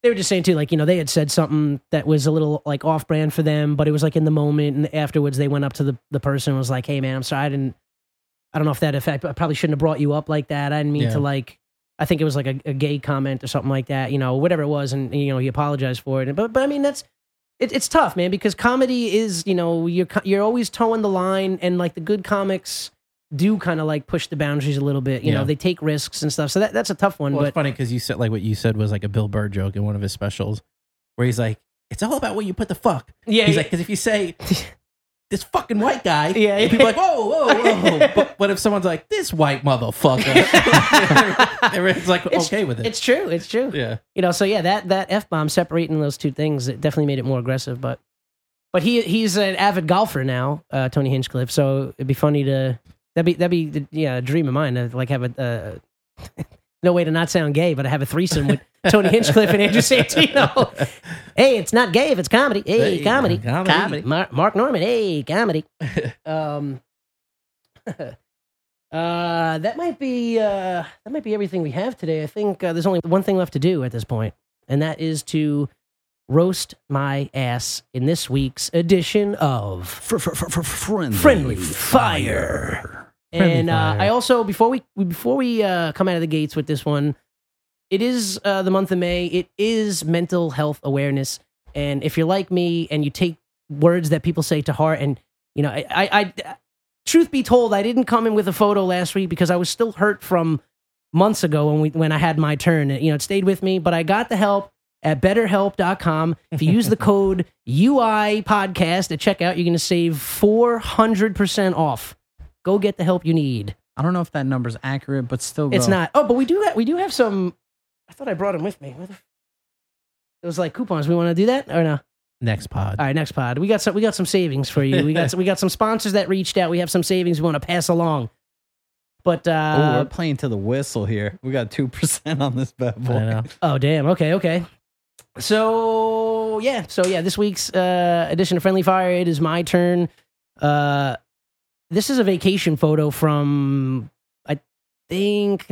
they were just saying too like you know they had said something that was a little like off brand for them but it was like in the moment and afterwards they went up to the the person and was like hey man I'm sorry I didn't I don't know if that effect I probably shouldn't have brought you up like that I didn't mean
Yeah.
to like I think it was like a, a gay comment or something like that you know whatever it was and you know he apologized for it but but I mean that's it, it's tough, man, because comedy is you know you're co- you're always towing the line, and like the good comics do kind of like push the boundaries a little bit. You
Yeah.
know, they take risks and stuff. So that that's a tough one.
well it's
but
funny because you said like what you said was like a bill burr joke in one of his specials where he's like it's all about where you put the fuck
yeah,
he's like because if you say this fucking white guy
Yeah,
and
yeah.
people are like whoa whoa whoa but, but if someone's like this white motherfucker everyone's like
It's-
okay with it
it's true, it's true.
yeah
You know, so yeah, that that f bomb separating those two things it definitely made it more aggressive. But but he he's an avid golfer now, uh, Tony Hinchcliffe. So it'd be funny to that'd be that'd be yeah a dream of mine to like have a uh, no way to not sound gay, but have a threesome with Tony Hinchcliffe and Andrew Santino. hey, it's not gay if it's comedy. Hey,
Hey,
comedy.
comedy.
comedy. Mar- Mark Norman. Hey, comedy. um, uh, that might be uh, that might be everything we have today. I think uh, there's only one thing left to do at this point, and that is to roast my ass in this week's edition of
Fr- fr- fr- fr- friendly,
Friendly Fire. and uh,
fire.
I also before we before we uh, come out of the gates with this one, it is uh, the month of May. It is Mental Health Awareness, and if you're like me and you take words that people say to heart, and you know, I, I, I truth be told, I didn't come in with a photo last week because I was still hurt from months ago when we when I had my turn. You know, it stayed with me, but I got the help at betterhelp.com. If you use the code UI podcast at checkout, you're going to save 400% off. Go get the help you need.
I don't know if that number's accurate, but still,
It's
go.
not. Oh, but we do have, we do have some I thought I brought them with me. Where the- Those like coupons. We want to do that or no?
next pod
All right, next pod. We got some. We got some savings for you. We got some, we got some sponsors that reached out. We have some savings we want to pass along. But
Oh,
uh,
we're playing to the whistle here. We got two percent on this bad
I
boy.
know.
Oh damn. Okay. Okay. So yeah. So yeah. This week's uh, edition of Friendly Fire. It is my turn. Uh, this is a vacation photo from I think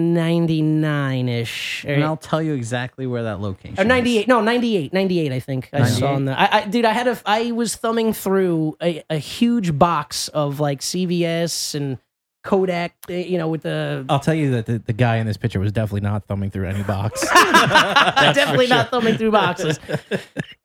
1999 ish.
And I'll tell you exactly where that location
Or
is.
98 no 98 98 i think i saw on the I, I dude i had a i was thumbing through a, a huge box of like cvs and kodak eh, you know with the
I'll tell you that the, the guy in this picture was definitely not thumbing through any box.
definitely not thumbing through boxes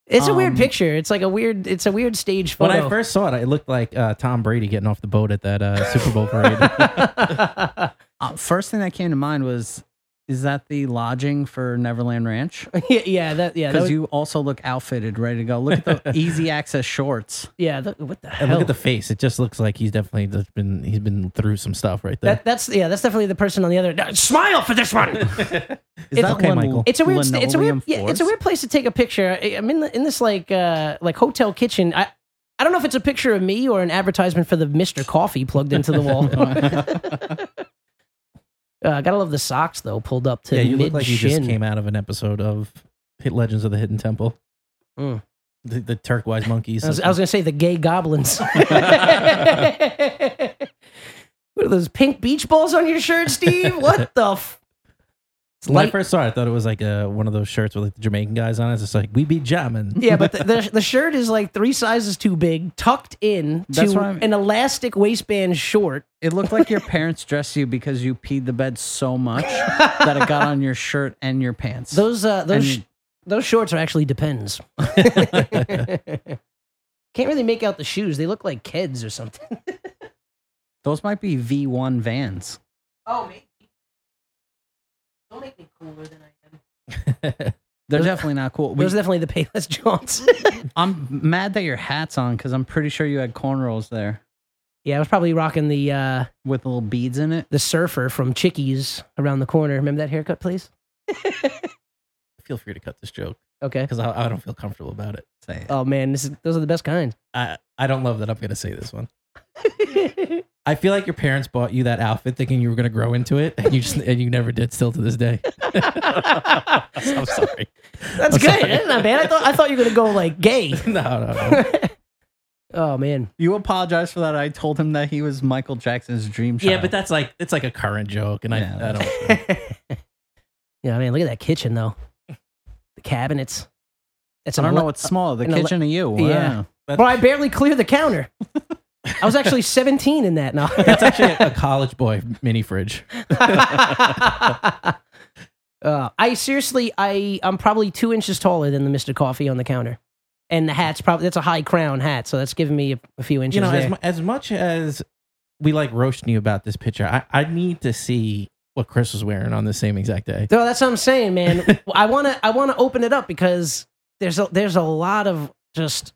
it's a weird
Um,
picture it's like a weird it's a weird stage
when
photo
I first saw it, it looked like uh, Tom Brady getting off the boat at that uh, Super Bowl parade.
Uh, first thing that came to mind was, is that the lodging for Neverland Ranch?
yeah, yeah that yeah that
Because
was-
you also look outfitted, ready to go. Look at the easy access shorts.
yeah that- what the hell
and look at the face; it just looks like he's definitely just been he's been through some stuff right there.
that, that's yeah that's definitely the person on the other smile for this one
Is
It's-
that
Okay,
one
Michael.
It's a weird. st- It's a
linoleum
weird. Yeah, it's a
floors?
weird place to take a picture. I- I'm in the, in this like uh like hotel kitchen. I I don't know if it's a picture of me or an advertisement for the Mister Coffee plugged into the wall. uh, gotta love the socks though, pulled up to
yeah, you
mid
look like you
shin.
just came out of an episode of Hit Legends of the Hidden Temple.
Mm.
The, the turquoise monkeys.
I was, I was gonna say the gay goblins. what are those pink beach balls on your shirt, Steve? What the? F-
when I first saw it, I thought it was like uh, one of those shirts with like the Jamaican guys on it. It's just like we be jamming.
Yeah, but the, the, the shirt is like three sizes too big, tucked in
That's
to
what I'm-
an elastic waistband short.
It looked like your parents dressed you because you peed the bed so much that it got on your shirt and your pants.
Those uh, those
And-
sh- those shorts are actually depends. Can't really make out the shoes. They look like kids or something.
Those might be V1 vans.
Oh, maybe. Don't make me cooler than I am.
They're
Those-
definitely not cool. We-
Those are definitely the Payless Johns.
I'm mad that your hat's on because I'm pretty sure you had cornrows there
yeah, I was probably rocking the uh,
with little beads in it.
the surfer from Chickies around the corner. Remember that haircut, please?
Feel free to cut this joke
Okay.
because I, I don't feel comfortable about it. Uh,
Say it.
Oh man, this is, those are the best kind.
I I don't love that I'm gonna say this one. I feel like your parents bought you that outfit thinking you were going to grow into it, and you just and you never did. Still to this day, I'm sorry.
That's
I'm
good.
sorry.
That's not bad. I thought I thought you were gonna go like gay.
No, no, no.
oh man.
You apologize for that. I told him that he was Michael Jackson's dream child.
yeah, but that's like it's like a current joke, and I,
Yeah.
I don't.
yeah, man, look at that kitchen though. The cabinets. That's
I
an
don't
ele-
know. It's small. The
an ele-
kitchen of you.
Yeah.
Wow.
Bro, I barely cleared the counter. I was actually 17 in that. No.
That's actually a, a college boy mini fridge.
Uh, I seriously, I I'm probably two inches taller than the Mister Coffee on the counter, and the hat's probably that's a high crown hat, so that's giving me a, a few inches.
You know,
there.
as, mu- as much as we like roasting you about this picture, I, I need to see what Chris was wearing on the same exact day.
No, that's what I'm saying, man. I want to I want to open it up because there's a, there's a lot of just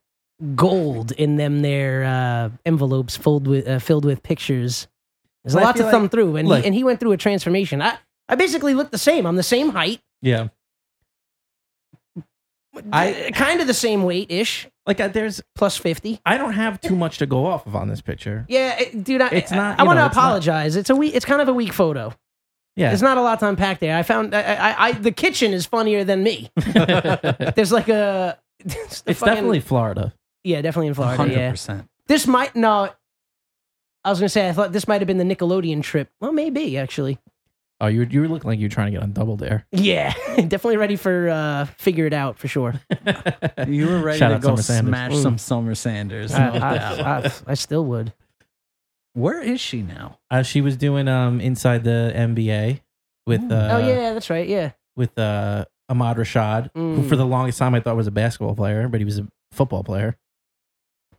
gold in them there uh, envelopes filled with uh, filled with pictures. There's a
Well, I
lot to
feel
thumb through, and
look-
he, and he went through a transformation. I I basically look the same. I'm the same height,
Yeah, I-
kind of the same weight ish,
like I, there's
plus fifty.
I don't have too much to go off of on this picture.
Yeah, it- dude. I,
It's not-
I,
you
want to
know, it's not-
apologize. It's a weak. It's kind of a weak photo.
Yeah,
There's not a lot to unpack there. I found I, I, I the kitchen is funnier than me. There's like a. It's,
it's definitely Florida.
Yeah, definitely in Florida. Yeah,
100%.
this might no. I was gonna say I thought this might have been the Nickelodeon trip. Well, maybe actually.
Oh, you you were looking like you were trying to get on double dare.
Yeah, definitely ready for uh, figure it out for sure.
You were ready
Shout
to
out
go
Summer Sanders.
smash
Mm. Uh,
some Summer Sanders.
I,
no doubt.
I- I- I still would.
Where is she now?
uh, she was doing um inside the NBA with uh
oh yeah, that's right. Yeah,
with uh Ahmad Rashad, who
Mm.
for the longest time I thought was a basketball player, but he was a football player.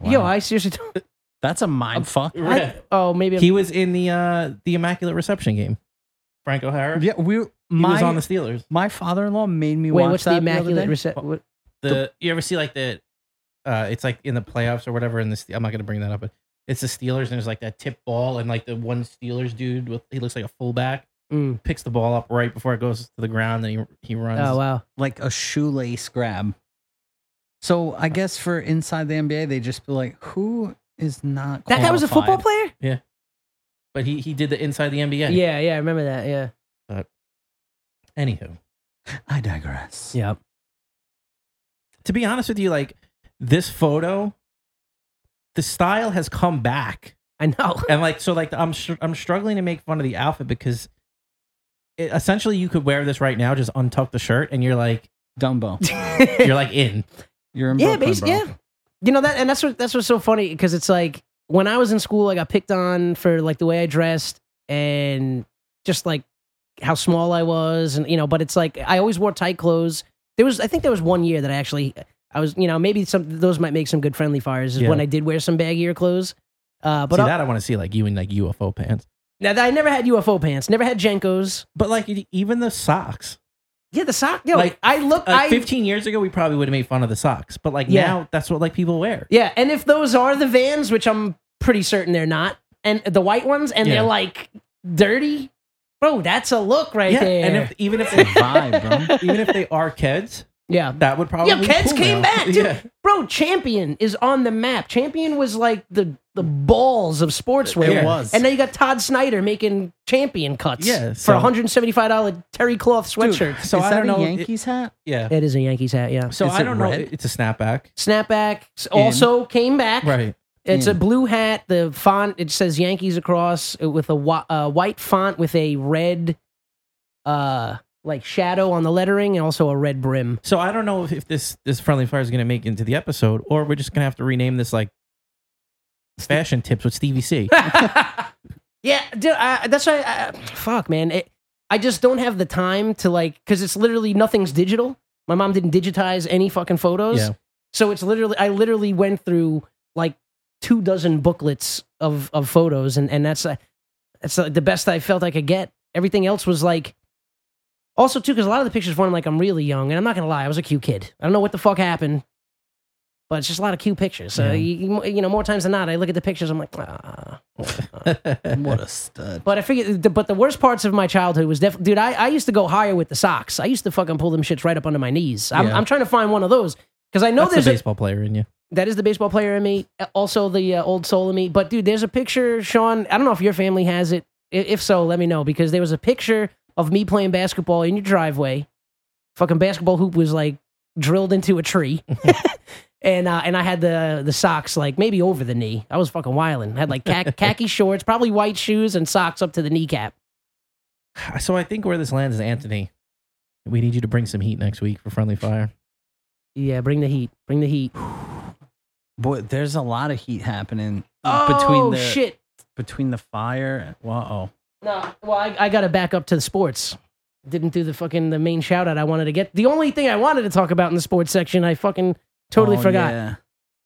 yo,
Wow.
I seriously don't.
that's a mind fuck.
I, oh, maybe I'm-
He was in the uh the Immaculate Reception game. Frank O'Hara.
Yeah, we
He
my
was on the Steelers.
my father in law made me
wait.
watch
What's
that
the
other
immaculate
day.
reception? What,
The, you ever see like the uh it's like in the playoffs or whatever in this I'm not gonna bring that up, but it's the Steelers and there's like that tip ball and like the one Steelers dude with he looks like a fullback,
mm.
picks the ball up right before it goes to the ground, then he he runs.
Oh wow.
like a shoelace grab. So I guess for inside the NBA, they just be like, who is not
That guy was a football
qualified?
player.
But he he did the inside the NBA.
Yeah, yeah, I remember that. Yeah.
Anywho.
I digress.
Yeah.
to be honest with you, like this photo, the style has come back
I know.
and like so like i'm str- i'm struggling to make fun of the outfit because it, essentially you could wear this right now just untuck the shirt and you're like
Dumbo.
you're like in
You're in
yeah,
Brooklyn,
basically,
bro.
yeah. You know that, and that's what that's what's so funny because it's like when I was in school, I got picked on for like the way I dressed and just like how small I was, and you know. But it's like I always wore tight clothes. There was, I think, there was one year that I actually, I was, you know, maybe some those might make some good friendly fires is
Yeah.
when I did wear some baggier clothes. Uh, but
see
I,
that i want to see like you in like ufo pants
now that I never had UFO pants, never had Jenkos.
but like e- even the socks
Yeah, the sock. Yo,
Like,
I look.
like
I
15 years ago we probably would have made fun of the socks but like
Yeah.
now that's what like people wear
Yeah, and if those are the vans, which I'm pretty certain they're not, and the white ones, and
Yeah.
they're like dirty, bro, that's a look right
yeah
there.
and if, even if
It's a
they
vibe, bro.
even if they are kids
yeah.
that would probably
Yeah,
be
Keds
cool
came
now.
back, dude.
yeah
Bro, Champion is on the map. Champion was like the the balls of sportswear.
It
was.
And then you got Todd Snyder making Champion cuts
Yeah,
for
so-
$175 terry cloth sweatshirt.
so
Is
i
that
don't
a
know it-
Yankees hat?
yeah
It is a Yankees hat, yeah.
so
Is
i
it
don't know
red?
it- it's a snapback
Snapback s- also came back.
right
It's a
Mm.
blue hat. The font it says Yankees across uh, with a wa- uh, white font with a red, uh, like shadow on the lettering and also a red brim.
So I don't know if, if this this friendly fire is going to make it into the episode, or we're just going to have to rename this like fashion tips with Stevie C.
Yeah, dude, I, that's why. I, fuck, man, it, I just don't have the time to like because it's literally nothing's digital. My mom didn't digitize any fucking photos,
Yeah.
so it's literally I literally went through like two dozen booklets of of photos, and and that's uh, that's uh, the best I felt I could get. Everything else was like. Also, too, because a lot of the pictures were like I'm really young, and I'm not gonna lie, I was a cute kid. I don't know what the fuck happened, but it's just a lot of cute pictures. So
Yeah.
you, you know, more times than not, I look at the pictures, I'm like, ah,
What a stud.
but I figured, but the worst parts of my childhood was definitely, dude, I, I used to go higher with the socks. I used to fucking pull them shits right up under my knees. I'm,
Yeah.
I'm trying to find one of those because I know
That's the
there's a,
baseball player in you.
that is the baseball player in me, also the uh, old soul in me. But dude, there's a picture, Sean. I don't know if your family has it. I- If so, let me know because there was a picture of me playing basketball in your driveway. Fucking basketball hoop was like drilled into a tree, and uh, and I had the the socks like maybe over the knee. I was fucking wilding. I had like kha- khaki shorts, probably white shoes, and socks up to the kneecap.
So I think where this lands is Anthony. We need you to bring some heat next week for friendly fire.
Yeah, bring the heat. Bring the heat.
Boy, there's a lot of heat happening
oh
between the
shit!
between the fire. and Whoa.
No, well, I, I got to back up to the sports. Didn't do the fucking the main shout out I wanted to get. The only thing I wanted to talk about in the sports section, I fucking totally
Oh,
forgot.
yeah.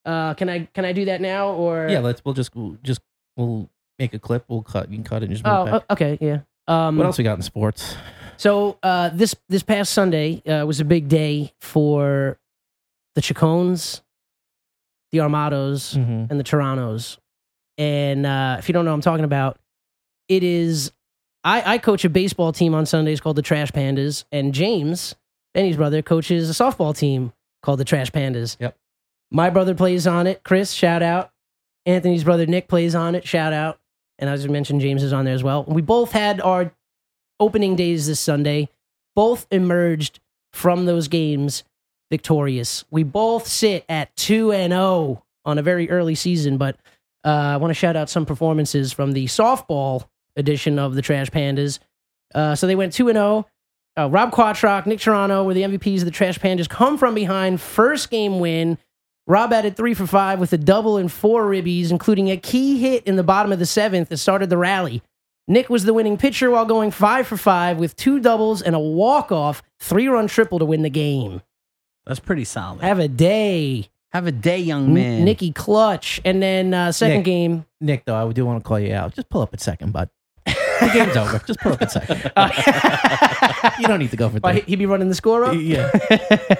Uh, can I can I do that now or?
Yeah, let's we'll just we'll just we'll make a clip. We'll cut you can cut it and just move
Oh,
it back.
o- okay, yeah. Um,
what else we got in sports?
So uh, this this past Sunday uh, was a big day for the Chacones, the Armados,
Mm-hmm.
and the Torontos. And uh, if you don't know what I'm talking about, it is I, I coach a baseball team on Sundays called the Trash Pandas, and James, Benny's brother, coaches a softball team called the Trash Pandas.
Yep.
My brother plays on it, Chris, shout out. Anthony's brother Nick plays on it, shout out. And as I mentioned, James is on there as well. We both had our opening days this Sunday. Both emerged from those games victorious. We both sit at 2 and 0 on a very early season, but uh, I want to shout out some performances from the softball edition of the Trash Pandas. Uh, so they went 2 and 0. Uh, Rob Quatrock, Nick Toronto were the MVPs of the Trash Pandas. Come from behind, first game win. Rob added three for five with a double and four ribbies, including a key hit in the bottom of the seventh that started the rally. Nick was the winning pitcher while going five for five with two doubles and a walk-off three-run triple to win the game.
That's pretty solid. Have,
Have a day,
a day, young man.
Nikki Clutch, and then uh, second
Nick.
game.
Nick, though, I do want to call you out. Just pull up at second, bud. The game's over. Just pull up at second. you don't need to go for
Uh, Why,
three.
he- he be running the score up.
Yeah.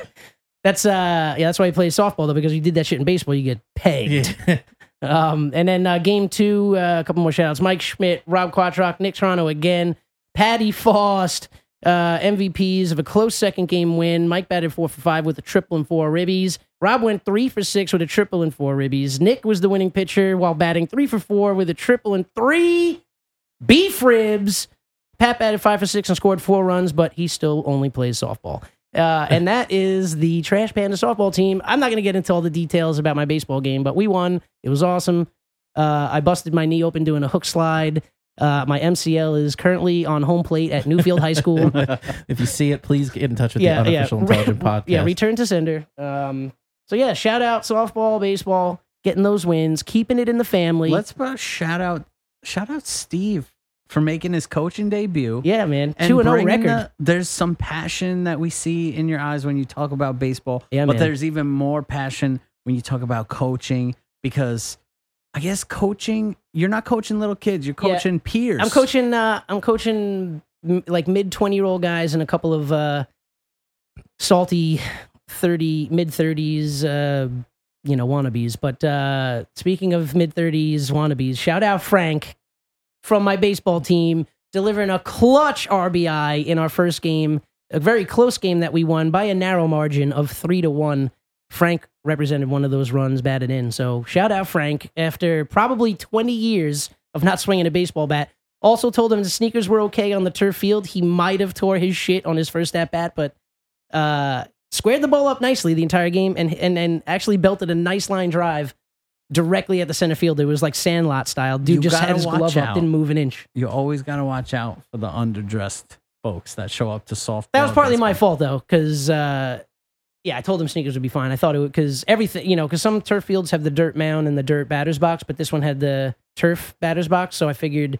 That's uh, yeah. That's why he plays softball though, because you did that shit in baseball, you get pegged.
yeah.
Um, and then uh, game two, uh, a couple more shout outs. Mike Schmidt, Rob Quatrock, Nick Toronto again, Patty Faust, uh, MVPs of a close second game win. Mike batted four for five with a triple and four ribbies. Rob went three for six with a triple and four ribbies. Nick was the winning pitcher while batting three for four with a triple and three beef ribs. Pat batted five for six and scored four runs, but he still only plays softball. Uh, and that is the Trash Panda softball team. I'm not going to get into all the details about my baseball game, but we won. It was awesome. Uh, I busted my knee open doing a hook slide. Uh, my MCL is currently on home plate at Newfield High School.
if you see it, please get in touch with
Yeah,
the
yeah.
unofficial intelligent podcast.
yeah, return to sender. Um, so yeah, shout out softball, baseball, getting those wins, keeping it in the family.
Let's uh, shout out shout out Steve for making his coaching debut.
yeah, man,
And
two and zero
bringing
record.
the- there's some passion that we see in your eyes when you talk about baseball.
Yeah,
but
man.
there's even more passion when you talk about coaching because I guess coaching, you're not coaching little kids, you're
Yeah.
coaching peers.
I'm coaching. Uh, I'm coaching m- like mid twenty year old guys and a couple of uh, salty thirty mid thirties. Uh, you know wannabes. But uh, speaking of mid thirties wannabes, shout out Frank from my baseball team delivering a clutch RBI in our first game, a very close game that we won by a narrow margin of three to one. Frank represented one of those runs batted in. So shout out Frank after probably 20 years of not swinging a baseball bat. Also told him the sneakers were okay on the turf field. He might have tore his shit on his first at bat, but uh, squared the ball up nicely the entire game and, and and actually belted a nice line drive directly at the center field. It was like Sandlot style. Dude
You
just
gotta
had his
watch
glove up,
out.
didn't move an inch.
You always got to watch out for the underdressed folks that show up to softball.
That was partly my
baseball.
fault though, because uh, yeah, I told him sneakers would be fine. I thought it would because everything, you know, because some turf fields have the dirt mound and the dirt batter's box, but this one had the turf batter's box. So I figured,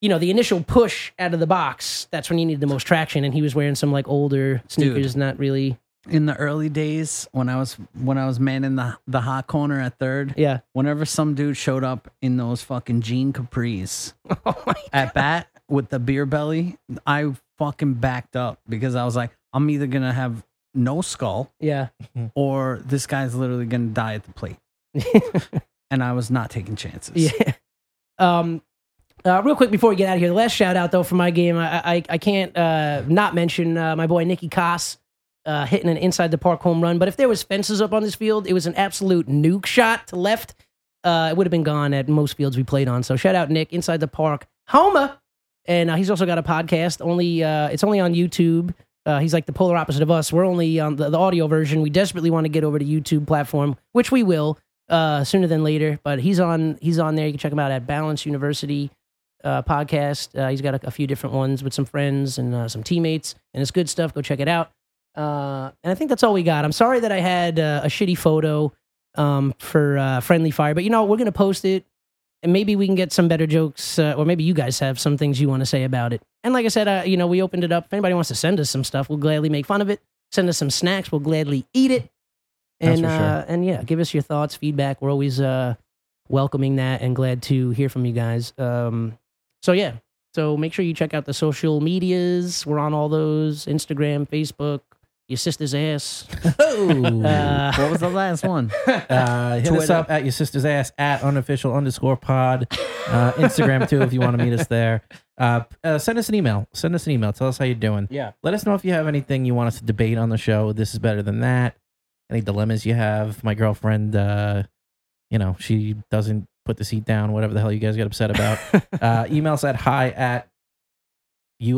you know, the initial push out of the box, that's when you need the most traction. And he was wearing some like older sneakers, not really.
in the early days when I was when I was manning the the hot corner at third.
Yeah.
Whenever some dude showed up in those fucking jean capris
Oh my
at bat with the beer belly, I fucking backed up because I was like, I'm either gonna have no skull
Yeah.
or this guy's literally gonna die at the plate. And I was not taking chances.
Yeah. Um, uh, real quick before we get out of here, the last shout out though for my game, I I, I can't uh, not mention uh, my boy Nicky Koss uh, hitting an inside the park home run. But if there was fences up on this field, it was an absolute nuke shot to left. Uh, it would have been gone at most fields we played on. So shout out Nick inside the park, Homer, and uh, he's also got a podcast. Only uh, it's only on YouTube. Uh, he's like the polar opposite of us. We're only on the, the audio version. We desperately want to get over to YouTube platform, which we will uh, sooner than later. But he's on he's on there. You can check him out at Balance University uh, podcast. Uh, he's got a, a few different ones with some friends and uh, some teammates, and it's good stuff. Go check it out. Uh, and I think that's all we got. I'm sorry that I had uh, a shitty photo um, for uh, Friendly Fire, but you know we're gonna post it, and maybe we can get some better jokes, uh, or maybe you guys have some things you want to say about it. And like I said, uh, you know we opened it up. If anybody wants to send us some stuff, we'll gladly make fun of it. Send us some snacks, we'll gladly eat it.
That's
And
for sure.
uh, and yeah, give us your thoughts, feedback. We're always uh, welcoming that and glad to hear from you guys. Um, so yeah, so make sure you check out the social medias. We're on all those Instagram, Facebook, your sister's ass. Uh,
What was the last one?
Uh, hit us
Twitter.
up at your sister's ass at unofficial underscore pod. Uh, Instagram too if you want to meet us there. Uh, uh, send us an email. Send us an email. Tell us how you're doing.
Yeah.
Let us know if you have anything you want us to debate on the show. This is better than that. Any dilemmas you have. My girlfriend, uh, you know, she doesn't put the seat down, whatever the hell you guys get upset about. uh, email us at hi at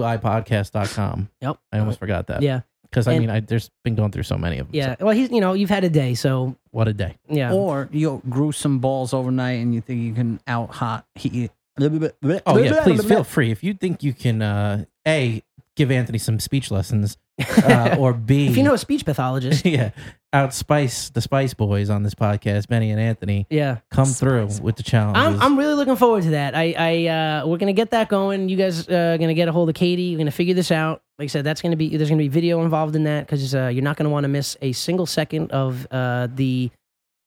uipodcast.com.
Yep.
I almost forgot that.
Uh, yeah,
Because, I
And-
mean, I, there's been going through so many of them.
yeah. Well, he's you know you've had a day, so
what a day.
yeah.
Oh,
Or you grew some balls overnight and you think you can out hot heat.
Oh yeah, please feel free if you think you can. Uh, a give Anthony some speech lessons, uh, or B,
if you know a speech pathologist,
yeah, outspice the Spice Boys on this podcast, Benny and Anthony.
yeah.
Come through with the challenges.
I'm, I'm really looking forward to that. I, I uh, we're gonna get that going. You guys uh, gonna get a hold of Katie. We're gonna figure this out. Like I said, that's gonna be there's gonna be video involved in that because uh, you're not gonna want to miss a single second of uh, the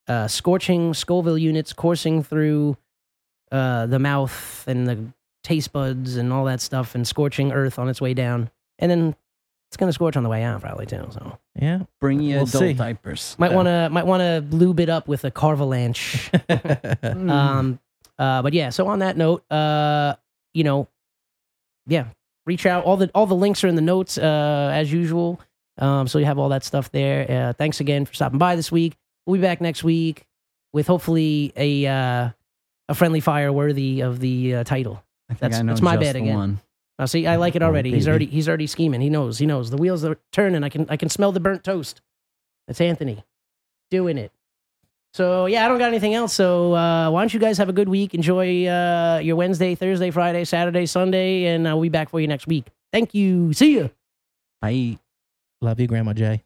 uh, scorching Scoville units coursing through uh, the mouth and the taste buds and all that stuff and scorching earth on its way down, and then it's gonna scorch on the way out probably too. So
yeah,
Bring you
We'll
adult
see.
diapers.
might wanna might wanna lube it up with a carvalanche.
Mm.
Um, uh, but yeah, so on that note, uh, you know, yeah, reach out. All the all the links are in the notes uh, as usual. Um, so you have all that stuff there. Uh, thanks again for stopping by this week. We'll be back next week with hopefully a uh, a friendly fire worthy of the uh, title.
I think
that's-
I know
that's my
just
bad
the
again.
one.
Uh, see, I like it already. He's
baby.
already he's already scheming. He knows. He knows. The wheels are turning. I can I can smell the burnt toast. That's Anthony doing it. So yeah, I don't got anything else. So uh, why don't you guys have a good week? Enjoy uh, your Wednesday, Thursday, Friday, Saturday, Sunday, and I'll be back for you next week. Thank you. See you.
Bye.
Love you, Grandma Jay.